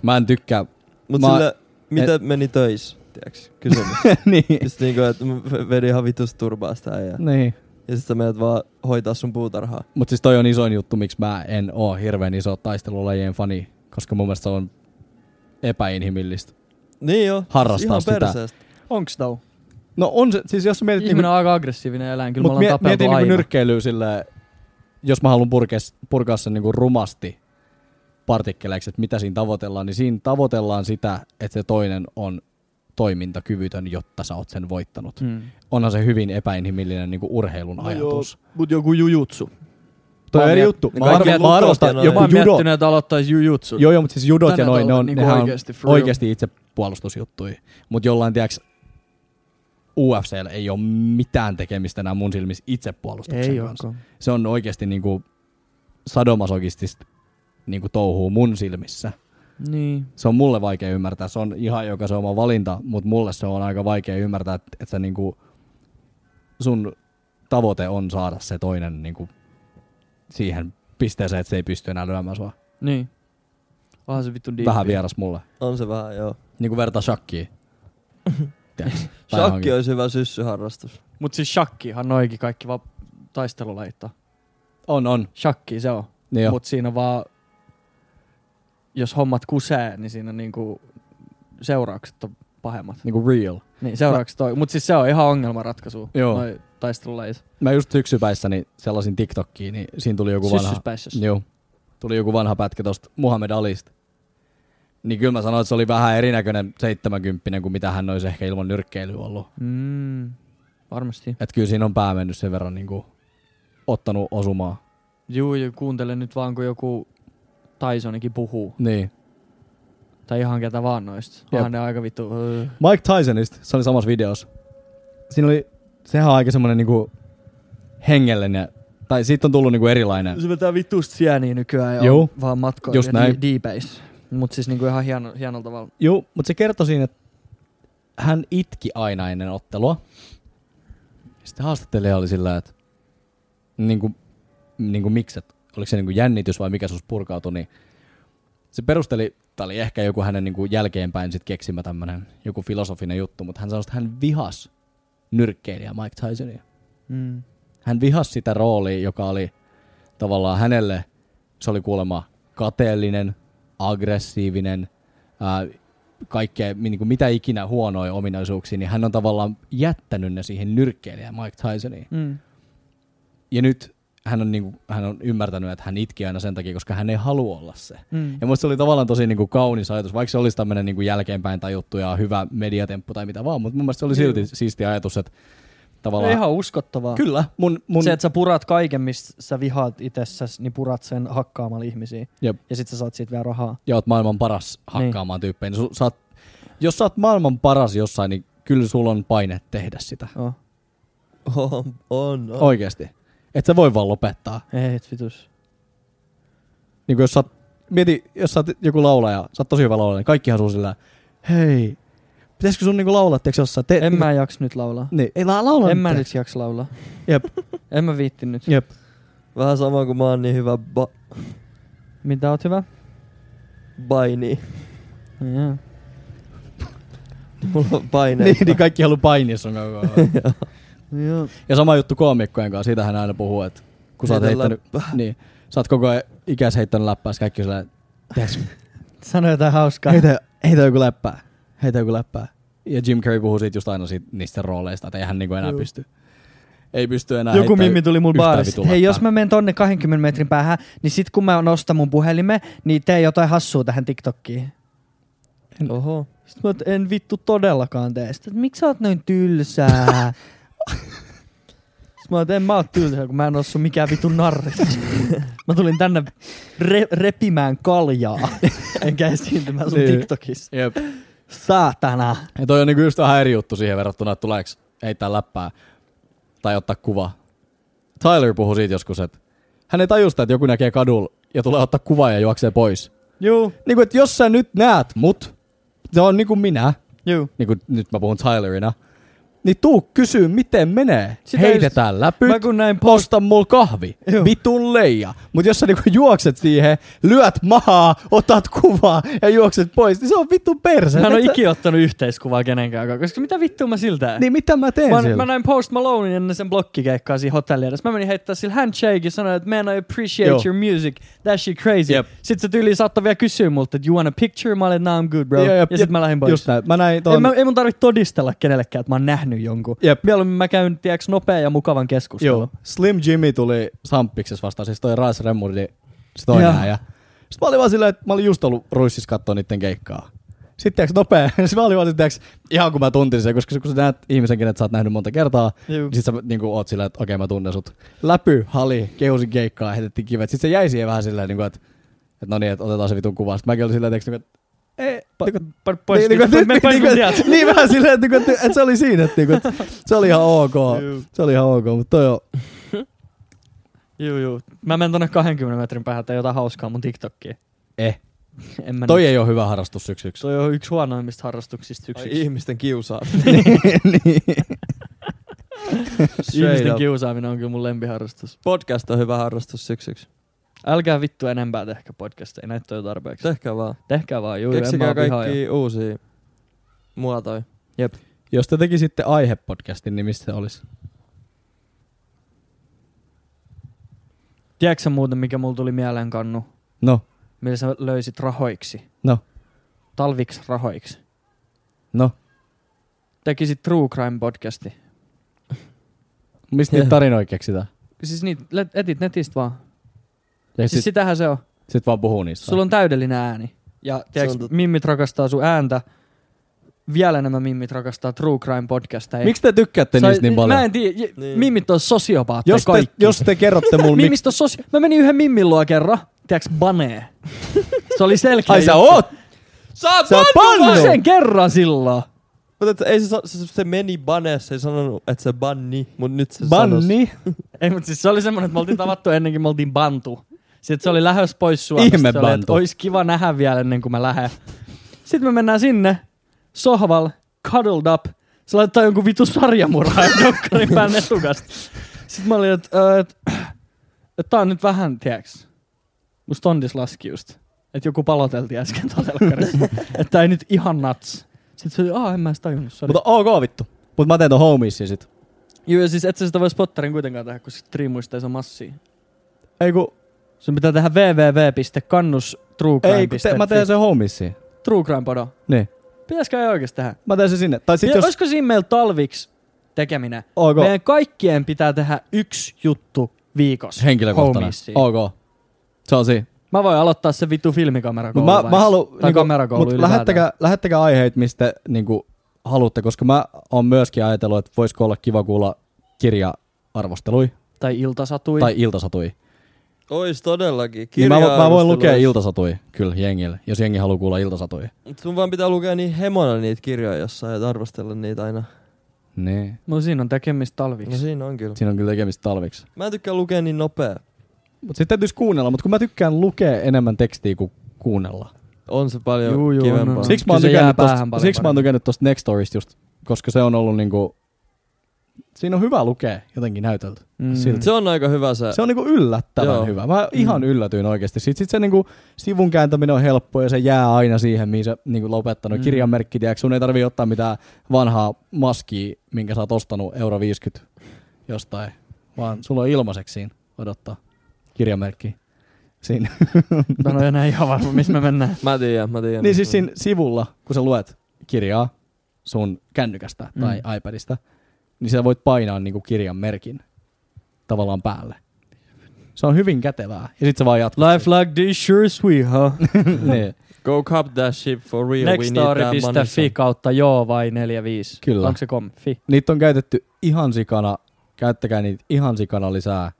Speaker 3: Mä en tykkää.
Speaker 1: Mut
Speaker 3: Mä-
Speaker 1: mä... sillä, miten meni töissä, tiiäks, kysymys.
Speaker 3: niin.
Speaker 1: Just niinku, että mä vedin ihan vitus turbaa sitä äijää.
Speaker 3: niin.
Speaker 1: Ja sit sä menet vaan hoitaa sun puutarhaa.
Speaker 3: Mut siis toi on isoin juttu, miksi mä en oo hirveän iso taistelulajien fani, koska mun mielestä se on epäinhimillistä.
Speaker 1: Niin joo.
Speaker 3: Harrastaa
Speaker 1: ihan
Speaker 3: sitä.
Speaker 1: perseestä.
Speaker 2: Onks tau?
Speaker 3: No on se, siis jos sä mietit
Speaker 2: Ihminen niin on aika aggressiivinen eläin, kyllä me
Speaker 3: Mut
Speaker 2: ollaan
Speaker 3: mie-
Speaker 2: tapeltu
Speaker 3: niinku
Speaker 2: aina.
Speaker 3: nyrkkeilyä sillä, jos mä haluan purkes, purkaa sen niinku rumasti partikkeleiksi, että mitä siinä tavoitellaan, niin siinä tavoitellaan sitä, että se toinen on toimintakyvytön, jotta sä oot sen voittanut. Mm.
Speaker 2: Mm.
Speaker 3: Onhan se hyvin epäinhimillinen niinku urheilun no ajatus. Joo.
Speaker 2: Mut joku jujutsu.
Speaker 3: Toi on eri juttu.
Speaker 2: niin
Speaker 1: ne
Speaker 3: Mä,
Speaker 1: kaikki
Speaker 3: arvo,
Speaker 1: lukot
Speaker 3: mä
Speaker 1: ja
Speaker 3: arvostan
Speaker 1: noin.
Speaker 2: Mä
Speaker 3: joku
Speaker 2: oon
Speaker 3: judo.
Speaker 2: miettinyt, että aloittais jujutsu.
Speaker 3: Joo, joo, mutta siis judot ja
Speaker 2: Tänne
Speaker 3: noin, ne on,
Speaker 2: niinku
Speaker 3: nehän on
Speaker 2: oikeesti for real.
Speaker 3: oikeasti itse puolustusjuttuja. Mutta jollain, tiiäks, UFCllä ei ole mitään tekemistä enää mun silmissä itsepuolustuksen
Speaker 2: Ei
Speaker 3: kanssa
Speaker 2: oo.
Speaker 3: se on oikeasti niinku sadomasokistista niinku touhuu mun silmissä.
Speaker 2: Niin.
Speaker 3: Se on mulle vaikea ymmärtää. Se on ihan joka se oma valinta, mutta mulle se on aika vaikea ymmärtää, että et sä niinku, sun tavoite on saada se toinen niinku siihen pisteeseen, että se ei pysty enää lyömään sua.
Speaker 2: Niin. Onhan se vittu diippi.
Speaker 3: Vähän vieras mulle.
Speaker 1: On se vähän, joo.
Speaker 3: Niinku verta shakkiin. Tiedätkö? Tai
Speaker 1: Shakki
Speaker 3: johonkin.
Speaker 1: olisi hyvä syssyharrastus.
Speaker 2: Mut siis shakkihan noikin kaikki vaan taistelulajittaa.
Speaker 3: On, on.
Speaker 2: Shakki se on.
Speaker 3: Niin jo.
Speaker 2: Mut siinä vaan, jos hommat kusee, niin siinä niinku seuraukset on pahemmat.
Speaker 3: Niinku real.
Speaker 2: Niin, seuraavaksi toi. Mutta siis se on ihan ongelmanratkaisu.
Speaker 3: Joo.
Speaker 2: Noi taistelulajit.
Speaker 3: Mä just syksypäissäni sellaisin TikTokkiin, niin siinä tuli joku vanha...
Speaker 2: Syssyspäässä.
Speaker 3: Joo. Tuli joku vanha pätkä tosta Muhammed Alista. Niin kyllä mä sanoin, että se oli vähän erinäköinen 70 kuin mitä hän olisi ehkä ilman nyrkkeilyä ollut.
Speaker 2: Mm, varmasti.
Speaker 3: Et kyllä siinä on pää mennyt sen verran niin kuin, ottanut osumaa.
Speaker 2: Juu, ja kuuntele nyt vaan, kun joku Tysonikin puhuu.
Speaker 3: Niin.
Speaker 2: Tai ihan ketä vaan noista. Onhan ne aika vittu. öö.
Speaker 3: Mike Tysonista, se oli samassa videossa. Siinä oli, sehän on aika semmonen niin kuin, hengellinen, tai siitä on tullut niin kuin erilainen.
Speaker 2: Se vetää vittuista sieniä nykyään ja
Speaker 3: Juu.
Speaker 2: on vaan matkoja
Speaker 3: Just
Speaker 2: ja
Speaker 3: näin.
Speaker 2: di- diipeissä. Mut siis niinku ihan hieno, hienolla tavalla.
Speaker 3: Joo, mutta se kertoi siinä, että hän itki aina ennen ottelua. Sitten haastattelija oli sillä, että niin kuin, niin kuin miksi, että oliko se niin kuin jännitys vai mikä sus purkautui, niin se perusteli, tämä oli ehkä joku hänen niin kuin jälkeenpäin sit keksimä tämmönen joku filosofinen juttu, mutta hän sanoi, että hän vihas nyrkkeilijä Mike Tysonia.
Speaker 2: Mm.
Speaker 3: Hän vihasi sitä roolia, joka oli tavallaan hänelle, se oli kuulemma kateellinen, aggressiivinen, ää, kaikkea, mi- niinku mitä ikinä huonoja ominaisuuksia, niin hän on tavallaan jättänyt ne siihen nyrkkeilijään Mike Tysoniin.
Speaker 2: Mm.
Speaker 3: Ja nyt hän on, niinku, hän on ymmärtänyt, että hän itki aina sen takia, koska hän ei halua olla se.
Speaker 2: Mm.
Speaker 3: Ja musta se oli tavallaan tosi niinku kaunis ajatus, vaikka se olisi tämmöinen niinku jälkeenpäin tajuttu ja hyvä mediatemppu tai mitä vaan, mutta mun mielestä se oli silti siisti ajatus, että
Speaker 5: No,
Speaker 3: tavallaan...
Speaker 5: ihan uskottavaa.
Speaker 3: Kyllä, mun, mun
Speaker 5: Se, että sä purat kaiken, mistä sä vihaat itsessäsi, niin purat sen hakkaamalla ihmisiä.
Speaker 3: Jep.
Speaker 5: Ja sit sä saat siitä vielä rahaa.
Speaker 3: ja oot maailman paras hakkaamaan niin. tyyppejä, niin su, sä oot, jos sä oot maailman paras jossain, niin kyllä sulla on paine tehdä sitä.
Speaker 5: Oh.
Speaker 1: On, on, on.
Speaker 3: Oikeesti. Et sä voi vaan lopettaa.
Speaker 5: Ei, et vitus.
Speaker 3: Niin kuin jos sä oot, mieti, jos sä oot joku laulaja, sä oot tosi hyvä laulaja, niin kaikkihan suu sillä, hei, pitäisikö sun niinku laulaa, tiiäks jossain? Te,
Speaker 2: En mä jaks nyt laulaa.
Speaker 3: Niin, ei la, laula
Speaker 2: En mä
Speaker 3: mitään.
Speaker 2: nyt jaks laulaa.
Speaker 3: Jep.
Speaker 2: En mä viitti nyt.
Speaker 3: Jep.
Speaker 1: Vähän sama kuin mä oon niin hyvä ba-
Speaker 2: Mitä oot hyvä?
Speaker 1: baini.
Speaker 2: Joo.
Speaker 1: Mulla on paineita.
Speaker 3: Niin, niin kaikki haluaa painia sun koko ajan.
Speaker 2: Joo.
Speaker 3: Ja sama juttu koomikkojen kanssa, siitähän aina puhuu, että kun sä oot
Speaker 1: Heitä
Speaker 3: heittänyt, niin, sä oot koko ajan ikäis heittänyt läppää, sit kaikki on sillä, "Tiiäks,
Speaker 2: Sano jotain hauskaa.
Speaker 3: heitä, heitä joku läppää, heitä joku läppää. Ja Jim Carrey puhuu siitä just aina siitä, niistä rooleista, että eihän niinku enää
Speaker 2: Juu.
Speaker 3: pysty. Ei pysty enää
Speaker 2: Joku
Speaker 3: heittää
Speaker 2: mimmi tuli mulla
Speaker 3: yhtään
Speaker 2: baarissa.
Speaker 3: vitun
Speaker 2: Hei,
Speaker 3: läppää.
Speaker 2: jos mä menen tonne 20 metrin päähän, niin sit kun mä nostan mun puhelimen, niin tee jotain hassua tähän TikTokkiin.
Speaker 1: Oho.
Speaker 2: Sitten mä, oot, en vittu todellakaan tee. Sitten, että miksi sä oot noin tylsää? Sitten mä oot, en mä oo tylsää, kun mä en oo sun mikään vitu narri. mä tulin tänne re- repimään kaljaa, enkä esiintymään sun
Speaker 3: Niin.
Speaker 2: TikTokissa.
Speaker 3: Jep.
Speaker 2: Saatana.
Speaker 3: Ja toi on niinku just vähän eri juttu siihen verrattuna, että tuleeko heittää läppää tai ottaa kuva. Tyler puhuu siitä joskus, että hän ei tajusta, että joku näkee kadulla ja tulee ottaa kuva ja juoksee pois.
Speaker 2: Juu,
Speaker 3: Niinku, että jos sä nyt näet mut, se on niinku minä,
Speaker 2: juu.
Speaker 3: niinku nyt mä puhun Tylerina, niin tuu kysyy, miten menee.
Speaker 2: Sitä
Speaker 3: Sitä Heitetään läpyt,
Speaker 2: Mä kun näin post...
Speaker 3: posta mulla kahvi,
Speaker 2: Joo.
Speaker 3: vitun leija. Mut jos sä niinku juokset siihen, lyöt mahaa, otat kuvaa ja juokset pois, niin se on vitun perse.
Speaker 2: Mä en oo
Speaker 3: Et sä-
Speaker 2: ikinä ottanut yhteiskuvaa kenenkään, koska mitä vittua mä siltä en?
Speaker 3: Niin mitä mä teen
Speaker 2: Mä,
Speaker 3: sillä?
Speaker 2: mä näin Post Malone ennen sen blokkikeikkaa siinä hotelli edessä. Mä menin heittää sillä handshake ja sanoin, että man I appreciate
Speaker 3: Joo.
Speaker 2: your music. That shit crazy.
Speaker 3: Jep.
Speaker 2: Sitten se tyyli saattoi vielä kysyä multa, että you want a picture? Mä olin, nah I'm good bro.
Speaker 3: Joo, jep,
Speaker 2: ja
Speaker 3: jep,
Speaker 2: sitten mä lähdin pois.
Speaker 3: Just näin. Mä näin
Speaker 2: Ei,
Speaker 3: ton.
Speaker 2: mä, ei mun tarvitse todistella kenellekään, että mä oon nähnyt jonkun.
Speaker 3: Jep.
Speaker 2: Mieluummin mä käyn, tiedäks, nopea ja mukavan keskustelun.
Speaker 3: Joo. Slim Jimmy tuli samppiksessa vastaan, siis toi Rais Remmuri, niin se toinen
Speaker 2: Joo.
Speaker 3: äijä. Sitten mä olin vaan silleen, että mä olin just ollut ruississa katsoa niiden keikkaa. Sitten tiiäks nopea, sitten mä olin vaan tiiäks, ihan kun mä tuntin sen, koska kun sä näet ihmisen, kenet sä oot nähnyt monta kertaa,
Speaker 2: Juu.
Speaker 3: niin sit sä niinku oot silleen, että okei mä tunnen sut. Läpy, hali, kehusin keikkaa, heitettiin kivet. Sitten se jäi siihen vähän silleen, niinku, että et no niin, että otetaan se vitun kuva. Sitten mäkin olin silleen, tiiäks, niinku, että ei, niinku,
Speaker 2: Pa- pois,
Speaker 3: niin, niin,
Speaker 2: me-
Speaker 3: niin,
Speaker 2: pois
Speaker 3: niin,
Speaker 2: mun
Speaker 3: niin,
Speaker 2: tieltä.
Speaker 3: niin, niin vähän silleen, että, että, että se oli siinä, että, niin että se oli ihan ok. Se oli ihan ok, mutta toi on,
Speaker 2: Juu, juu. Mä menen tonne 20 metrin päähän tai jotain hauskaa mun TikTokkiin.
Speaker 3: eh,
Speaker 2: En mä
Speaker 3: toi
Speaker 2: nyt.
Speaker 3: ei ole hyvä harrastus syksyksi.
Speaker 2: Toi on yksi huonoimmista harrastuksista
Speaker 1: Ai,
Speaker 2: yksi.
Speaker 1: ihmisten kiusaa. Straight
Speaker 2: Ihmisten
Speaker 1: up.
Speaker 2: kiusaaminen on kyllä mun lempiharrastus.
Speaker 1: Podcast on hyvä harrastus syksyksi.
Speaker 2: Älkää vittu enempää tehkö podcasteja, näitä on jo tarpeeksi.
Speaker 1: Tehkää vaan.
Speaker 2: Tehkää vaan, juu, en mä
Speaker 1: Keksikää
Speaker 2: oo vihaa.
Speaker 1: kaikki uusia muotoja.
Speaker 3: Jos te tekisitte aihepodcastin, niin mistä se olisi?
Speaker 2: Tiedätkö sä muuten, mikä mulla tuli mieleen kannu?
Speaker 3: No,
Speaker 2: Millä sä löysit rahoiksi?
Speaker 3: No.
Speaker 2: Talviksi rahoiksi.
Speaker 3: no.
Speaker 2: Tekisit True Crime podcasti.
Speaker 3: Mistä niitä tarinoja keksitään?
Speaker 2: Siis niitä le- etit netistä vaan.
Speaker 3: Ja
Speaker 2: Siis
Speaker 3: sit,
Speaker 2: sitähän se on.
Speaker 3: sit vaan puhuu niistä.
Speaker 2: Sulla on täydellinen ääni. Ja tiedätkö,
Speaker 1: on totta.
Speaker 2: mimmit rakastaa sun ääntä. Vielä nämä mimmit rakastaa True Crime podcasteja.
Speaker 3: Miksi te tykkäätte
Speaker 2: Sä-
Speaker 3: niistä niin paljon?
Speaker 2: Mä en tiedä. Niin.
Speaker 1: Niin.
Speaker 2: Mimmit on sosiopaatteja
Speaker 3: Jos te,
Speaker 2: kaikki.
Speaker 3: jos te kerrotte mulle, niin- miksi...
Speaker 2: Mimistä on sosi... Mä menin yhden mimmin luo kerran. Tiedäks, banee. Se oli selkeä.
Speaker 3: Ai sä
Speaker 2: juttu.
Speaker 3: oot!
Speaker 1: Sä oot
Speaker 3: Sä oot
Speaker 2: Mä
Speaker 3: pannu!
Speaker 2: sen kerran silloin.
Speaker 1: Mutta et, ei se, sa- se, se meni bane, se ei sanonut, että se banni, mut nyt se sanos.
Speaker 3: Banni?
Speaker 2: Ei, mutta siis se oli semmoinen, että me oltiin tavattu ennenkin, me oltiin bantu. Sitten se oli lähes pois Suomesta.
Speaker 3: Ihme
Speaker 2: se oli, että
Speaker 3: bantu.
Speaker 2: olisi kiva nähdä vielä ennen kuin mä lähden. Sitten me mennään sinne, sohval, cuddled up. Se laittaa jonkun vitu sarjamurhaan dokkarin pään etukasta. Sitten mä olin, että ö, et, et tää on nyt vähän, tiiäks. Musta tondis laski just. Että joku paloteltiin äsken totelkkarissa. että tää ei nyt ihan nuts. Sitten se oli, aah, en mä edes tajunnut, sorry.
Speaker 3: Mutta ok vittu. Mut mä teen ton homeisiin sit.
Speaker 2: Joo, ja siis et sä sitä voi spotterin kuitenkaan tehdä, kun striimuista ei saa massia.
Speaker 3: Ei ku,
Speaker 2: Sun pitää tehdä
Speaker 3: ei, kun te, mä teen
Speaker 2: www.kannustruecrime.fi.
Speaker 3: sen homeisiin.
Speaker 2: True Crime podo.
Speaker 3: Niin.
Speaker 2: Pitäisikö ei oikeasti tehdä?
Speaker 3: Mä teen sen sinne. Tai sit
Speaker 2: Ja
Speaker 3: jos...
Speaker 2: Olisiko siinä meillä talviksi tekeminen?
Speaker 3: Ok.
Speaker 2: Niin, Meidän kaikkien pitää tehdä yksi juttu viikossa.
Speaker 3: Henkilökohtainen.
Speaker 2: Homisiin.
Speaker 3: Ok. Se on siinä.
Speaker 2: Mä voin aloittaa se vittu filmikamera
Speaker 3: Mut mä, mä haluan,
Speaker 2: tai kamerakoulu
Speaker 3: mut
Speaker 2: ylipäätään.
Speaker 3: lähettäkää, lähettäkää aiheet, mistä niinku, haluatte, koska mä oon myöskin ajatellut, että voisiko olla kiva kuulla kirja-arvostelui
Speaker 2: Tai iltasatui.
Speaker 3: tai iltasatui.
Speaker 1: Ois todellakin.
Speaker 3: Niin mä, vo- mä voin
Speaker 1: Kirja-arvostelu
Speaker 3: lukea
Speaker 1: ois-
Speaker 3: iltasatui kyllä jengille, jos jengi haluaa kuulla iltasatui.
Speaker 1: Mut sun vaan pitää lukea niin hemona niitä kirjoja jossain, et arvostella niitä aina.
Speaker 3: Niin.
Speaker 2: Mun siinä on tekemistä
Speaker 1: No
Speaker 2: talviksi.
Speaker 1: siinä on kyllä.
Speaker 3: Siinä on kyllä tekemistä talviksi.
Speaker 1: Mä en tykkää lukea niin nopea.
Speaker 3: Mutta sitten täytyisi kuunnella, mutta kun mä tykkään lukea enemmän tekstiä kuin kuunnella.
Speaker 1: On se paljon juu,
Speaker 2: Juu, juu,
Speaker 1: juu,
Speaker 2: on,
Speaker 1: kivempaa.
Speaker 2: on.
Speaker 3: Siksi mä oon
Speaker 2: Kyllä se jää
Speaker 3: tykännyt
Speaker 2: päähän
Speaker 3: tosta,
Speaker 2: paljon
Speaker 3: siksi mä oon
Speaker 2: paremmin.
Speaker 3: tykännyt tosta Nextorista just, koska se on ollut niinku, siinä on hyvä lukea jotenkin näytöltä.
Speaker 2: Mm.
Speaker 3: No Silti.
Speaker 1: Se on aika hyvä se.
Speaker 3: Se on niinku yllättävän
Speaker 1: Joo.
Speaker 3: hyvä. Mä ihan
Speaker 2: Mm.
Speaker 3: yllätyin oikeasti. Sitten sit se niinku sivun kääntäminen on helppoa ja se jää aina siihen, mihin se niinku lopettanut.
Speaker 2: Mm.
Speaker 3: Mm. Kirjanmerkki, tiedätkö, sun ei tarvii ottaa mitään vanhaa maskia, minkä sä oot ostanut euro 50 jostain, vaan sulla on ilmaiseksi siinä odottaa kirjanmerkki. Siinä.
Speaker 2: Mä en ole Mm. No enää ihan varma, missä me mennään.
Speaker 1: Mä tiedän, mä tiedän.
Speaker 3: niin siis siinä sivulla, kun sä luet kirjaa sun kännykästä tai
Speaker 2: Mm.
Speaker 3: iPadista, niin sä voit painaa niinku kirjan merkin tavallaan päälle. Se on hyvin kätevää. Ja sit sä vaan jatkat.
Speaker 2: Life like this sure is we, huh?
Speaker 3: niin.
Speaker 1: Go cup that ship for real. We need that money.
Speaker 2: Nextstory.fi kautta joo vai 45.
Speaker 3: Kyllä.
Speaker 2: Onko se kom? Fi.
Speaker 3: Niitä on käytetty ihan sikana. Käyttäkää niitä ihan sikana lisää.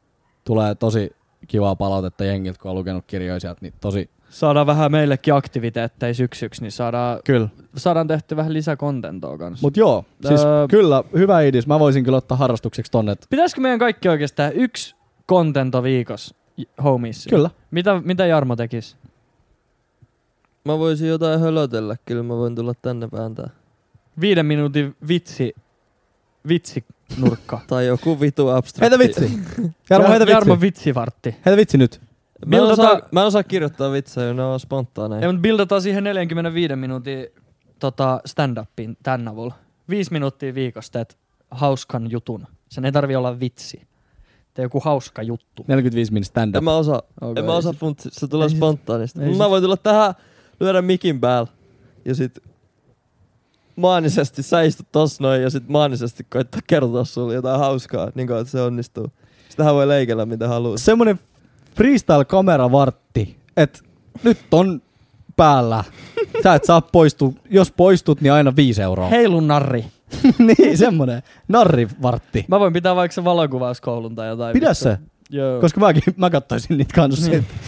Speaker 3: Tulee tosi kivaa palautetta jengiltä, kun on lukenut kirjoja sieltä. Niin tosi...
Speaker 2: Saadaan vähän meillekin aktiviteetteja syksyksi, niin saadaan,
Speaker 3: Kyllä.
Speaker 2: saadaan tehty vähän lisäkontentoa kanssa.
Speaker 3: Mut joo, siis
Speaker 2: Öö.
Speaker 3: kyllä, hyvä idis. Mä voisin kyllä ottaa harrastukseksi tonne. että-
Speaker 2: Pitäisikö meidän kaikki oikeastaan yksi kontento viikossa homies?
Speaker 3: Kyllä.
Speaker 2: Mitä, mitä Jarmo tekisi?
Speaker 1: Mä voisin jotain hölötellä, kyllä mä voin tulla tänne vääntää.
Speaker 2: Viiden minuutin vitsi, vitsinurkka.
Speaker 1: Tai joku vitu abstrakti.
Speaker 3: Heitä vitsi. Jarmo, heitä vitsi.
Speaker 2: Jarmo vitsivartti.
Speaker 3: Heitä vitsi nyt.
Speaker 1: Mä en, osaa,
Speaker 2: Miltä-
Speaker 1: mä en osaa kirjoittaa vitsejä, ne on spontaaneja.
Speaker 2: Ei, mutta bildataan siihen 45 minuutin tota, stand-upiin tämän avulla. Viisi minuuttia viikossa teet hauskan jutun. Sen ei tarvi olla vitsi. Tee joku hauska juttu.
Speaker 3: 45 min stand
Speaker 1: En mä osaa,
Speaker 2: Okay.
Speaker 1: en mä osaa funtsi, se tulee
Speaker 2: Ei sit-
Speaker 1: spontaanisti.
Speaker 2: ei
Speaker 1: Mä
Speaker 2: sit-
Speaker 1: voin tulla tähän, lyödä mikin päällä ja sit maanisesti sä istut tossa noin ja sit maanisesti koittaa kertoa sulle jotain hauskaa, niin kuin, että se onnistuu. Sitähän voi leikellä mitä haluaa.
Speaker 3: semmonen freestyle-kameravartti, että nyt on päällä. Sä et saa poistua. Jos poistut, niin aina 5 euroa.
Speaker 2: Heilu narri.
Speaker 3: niin, semmonen narrivartti.
Speaker 2: Mä voin pitää vaikka se valokuvauskoulun tai jotain.
Speaker 3: Pidä
Speaker 2: vittu.
Speaker 3: se,
Speaker 2: Joo.
Speaker 3: koska mäkin, mä kattoisin niitä kanssa.
Speaker 2: Niin.
Speaker 3: Niin.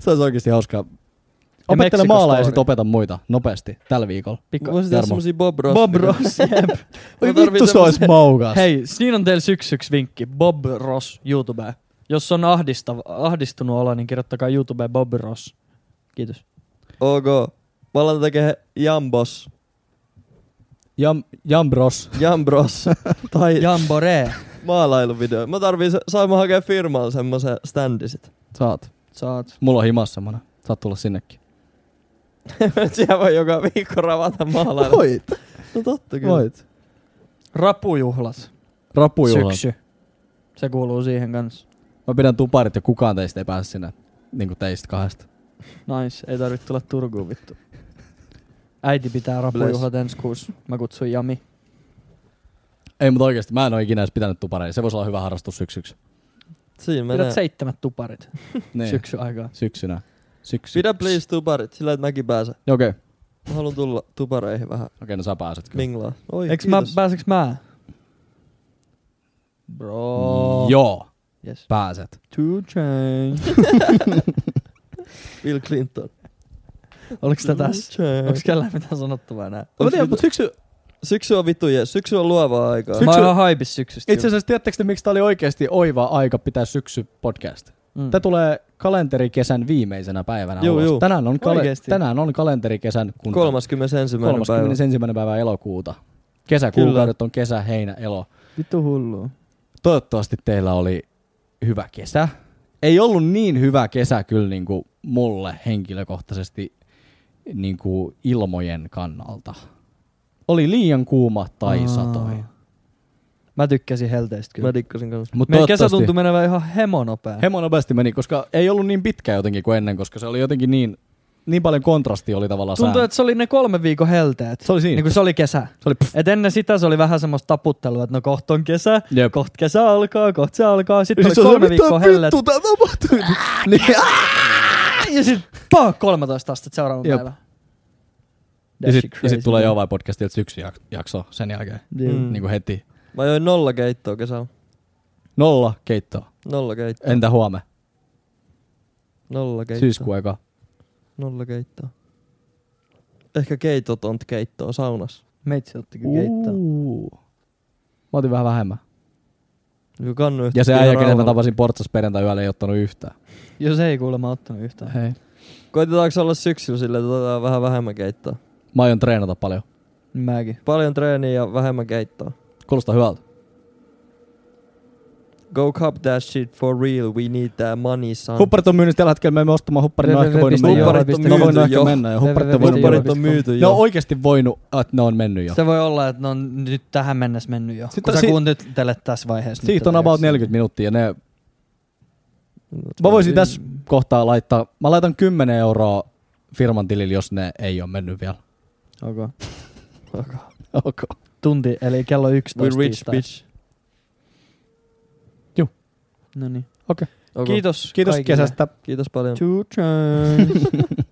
Speaker 3: Se olisi oikeasti hauskaa. Opettele
Speaker 2: Mexico
Speaker 3: maala ja
Speaker 2: story.
Speaker 3: sit opeta muita nopeasti tällä viikolla.
Speaker 2: Pikku-
Speaker 1: Voisi tehdä
Speaker 3: Jarmo.
Speaker 1: semmosia Bob Ross.
Speaker 2: Bob Ross, jep.
Speaker 3: Oi
Speaker 1: Mä tarviin
Speaker 3: vittu se
Speaker 1: semmosen-
Speaker 3: olisi maukas.
Speaker 2: Hei, siinä on teillä syksyksi vinkki. Bob Ross, YouTube. Jos on ahdistava, ahdistunut olo, niin kirjoittakaa YouTube Bob Ross. Kiitos.
Speaker 1: Ok. Mä alan tekee Jambos.
Speaker 3: Jam, Jambros.
Speaker 1: Jambros. tai
Speaker 2: Jambore.
Speaker 1: maalailuvideo. Mä tarvii, se- sain mä hakea firmalla semmosen standi sit.
Speaker 3: Saat.
Speaker 2: Saat.
Speaker 3: Mulla on himas semmonen. Saat tulla sinnekin.
Speaker 1: Siellä voi joka viikko ravata maalailu.
Speaker 3: Voit.
Speaker 1: No totta kyllä.
Speaker 3: Voit.
Speaker 2: Rapujuhlat.
Speaker 3: Rapujuhlat.
Speaker 2: Syksy. Se kuuluu siihen kanssa.
Speaker 3: Mä pidän tuparit ja kukaan teistä ei pääse sinne niinku teistä kahdesta.
Speaker 2: Nais, ei tarvitse tulla Turkuun vittu. Äiti pitää rapujuhlat ensi kuussa. Mä kutsun Jami.
Speaker 3: Ei, mutta oikeasti mä en ole ikinä edes pitänyt tupareita. Se voisi olla hyvä harrastus syksyksi.
Speaker 1: Siinä menee.
Speaker 2: Pidät seitsemät tuparit
Speaker 3: Niin.
Speaker 2: syksyn aikaa.
Speaker 3: Syksynä. Syksy.
Speaker 1: Pidä please tuparit, sillä et mäkin pääsen.
Speaker 3: Joo, Okei, okay.
Speaker 1: Mä haluan tulla tupareihin vähän
Speaker 3: okay, no sä pääset kyllä.
Speaker 1: minglaa. Oi,
Speaker 2: Eiks mä,
Speaker 1: kiitos.
Speaker 2: pääseks mä?
Speaker 1: Mm.
Speaker 2: Bro.
Speaker 3: Mm, Joo,
Speaker 2: Yes.
Speaker 3: pääset.
Speaker 2: Two chain.
Speaker 1: Bill Clinton.
Speaker 2: Oliks tää tässä?
Speaker 1: Change.
Speaker 2: Onks kellään mitään sanottavaa enää?
Speaker 3: Mä
Speaker 1: Onks
Speaker 3: tiedän,
Speaker 1: mit-
Speaker 3: mutta syksy...
Speaker 1: Syksy on vitu jees. Syksy on luovaa aikaa.
Speaker 2: Mä
Speaker 3: Syksy-
Speaker 2: oon ihan haipis syksystä.
Speaker 3: Itse asiassa tiedättekö te, miksi tää oli oikeasti oiva aika pitää syksy podcast? Mm.
Speaker 2: kyllä. Mm.
Speaker 3: Tää tulee kalenterikesän viimeisenä päivänä
Speaker 1: Juu,
Speaker 3: ulos.
Speaker 1: juu.
Speaker 3: Tänään, on kale-
Speaker 1: Oikeesti.
Speaker 3: tänään on kalenterikesän kunta.
Speaker 1: 31. päivä.
Speaker 3: 31. päivä elokuuta. Kesäkuukaudet on kesä, heinä, elo.
Speaker 2: Vittu hullu.
Speaker 3: toivottavasti teillä oli hyvä kesä. Ei ollut niin hyvä kesä kyllä niin kuin mulle henkilökohtaisesti niin kuin ilmojen kannalta. Oli liian kuuma tai
Speaker 2: Aa.
Speaker 3: satoi.
Speaker 2: Mä tykkäsin helteistä kyllä.
Speaker 1: Mä dikkasin kanssa.
Speaker 3: Mutta
Speaker 2: Meidän kesä
Speaker 3: toivottavasti
Speaker 2: tuntui menevän ihan hemonopea.
Speaker 3: hemo nopeasti meni, koska ei ollut niin pitkä jotenkin kuin ennen, koska se oli jotenkin niin, niin paljon kontrasti oli tavallaan
Speaker 2: Tuntuu,
Speaker 3: sään.
Speaker 2: että se oli ne kolme viikon helteet.
Speaker 3: Se oli siinä.
Speaker 2: Niin kuin se oli kesä.
Speaker 3: Se oli pff.
Speaker 2: Et ennen sitä se oli vähän semmoista taputtelua, että no kohta on kesä,
Speaker 3: Jep.
Speaker 2: kohta kesä alkaa, kohta se alkaa. Sitten
Speaker 3: Siis
Speaker 2: siis oli
Speaker 3: se oli,
Speaker 2: kolme
Speaker 3: "Mitä
Speaker 2: viikkoa Ah, hellet.
Speaker 3: vittu tää tapahtui? niin,
Speaker 2: Ja sitten 13 astetta seuraavan
Speaker 3: Jep.
Speaker 2: päivän.
Speaker 3: ja
Speaker 2: That
Speaker 3: sitten
Speaker 2: shit
Speaker 3: sit
Speaker 2: crazy,
Speaker 3: tulee
Speaker 2: man.
Speaker 3: Jovai podcastilta syksy jakso sen jälkeen.
Speaker 2: Dude.
Speaker 3: Mm. Niin kuin heti.
Speaker 1: Mä join nolla keittoa kesällä.
Speaker 3: Nolla keittoa.
Speaker 1: Nolla keittoa.
Speaker 3: Entä huomenna?
Speaker 1: Nolla keittoa.
Speaker 3: Syyskuun eka.
Speaker 1: Nolla keittoa. Ehkä keitotont keittoa saunassa.
Speaker 2: Meitsi otti kyllä keittoa.
Speaker 3: Keitto. Mä otin vähän vähemmän.
Speaker 1: Joku kannu
Speaker 3: Ja se
Speaker 1: yhtäkkiä
Speaker 3: äijä, kenet mä
Speaker 1: rauhalla.
Speaker 3: tapasin portsas perjantai yöllä, ei ottanut yhtään.
Speaker 2: Jos ei kuulemma ottanut yhtään.
Speaker 3: Hei.
Speaker 1: Koitetaanko olla syksyllä sille, että otetaan vähän vähemmän keittoa?
Speaker 3: Mä aion treenata paljon.
Speaker 2: Niin Mäkin.
Speaker 1: Paljon treeniä ja vähemmän keittoa.
Speaker 3: Kuulostaa hyvältä.
Speaker 1: Go cup that shit for real, we need that money son.
Speaker 3: Hupparit on myynnissä tällä hetkellä, me emme ostamaan hupparit, ne on ehkä voinut
Speaker 2: www.joora.fi.
Speaker 3: mennä.
Speaker 1: Hupparit on
Speaker 3: Ne on voinut
Speaker 1: myyty
Speaker 3: ehkä
Speaker 1: jo.
Speaker 3: mennä ja hupparit on voinut
Speaker 2: www.joora.fi.
Speaker 1: Hupparit on myyty
Speaker 3: Ne on
Speaker 1: jo.
Speaker 3: oikeasti voinut, että ne on mennyt jo.
Speaker 2: Se voi olla, että ne on nyt tähän mennessä mennyt jo.
Speaker 3: Sitten
Speaker 2: Kun sä
Speaker 3: si-
Speaker 2: kuuntelet tässä vaiheessa. niin tota nyt
Speaker 3: Siitä on
Speaker 2: tätä
Speaker 3: about
Speaker 2: jaksoa.
Speaker 3: 40 minuuttia. Ne, mä voisin tässä kohtaa laittaa, mä laitan 10 euroa firman tilille, jos ne ei ole mennyt vielä.
Speaker 2: Okay.
Speaker 3: Okay.
Speaker 2: Mm, Tunti, eli kello 11
Speaker 1: We rich
Speaker 2: tiistai.
Speaker 1: bitch.
Speaker 2: No niin.
Speaker 1: Okay.
Speaker 2: Kiitos
Speaker 3: Kiitos
Speaker 2: No niin. kaikille.
Speaker 3: kesästä.
Speaker 1: Kiitos paljon.
Speaker 2: Two times.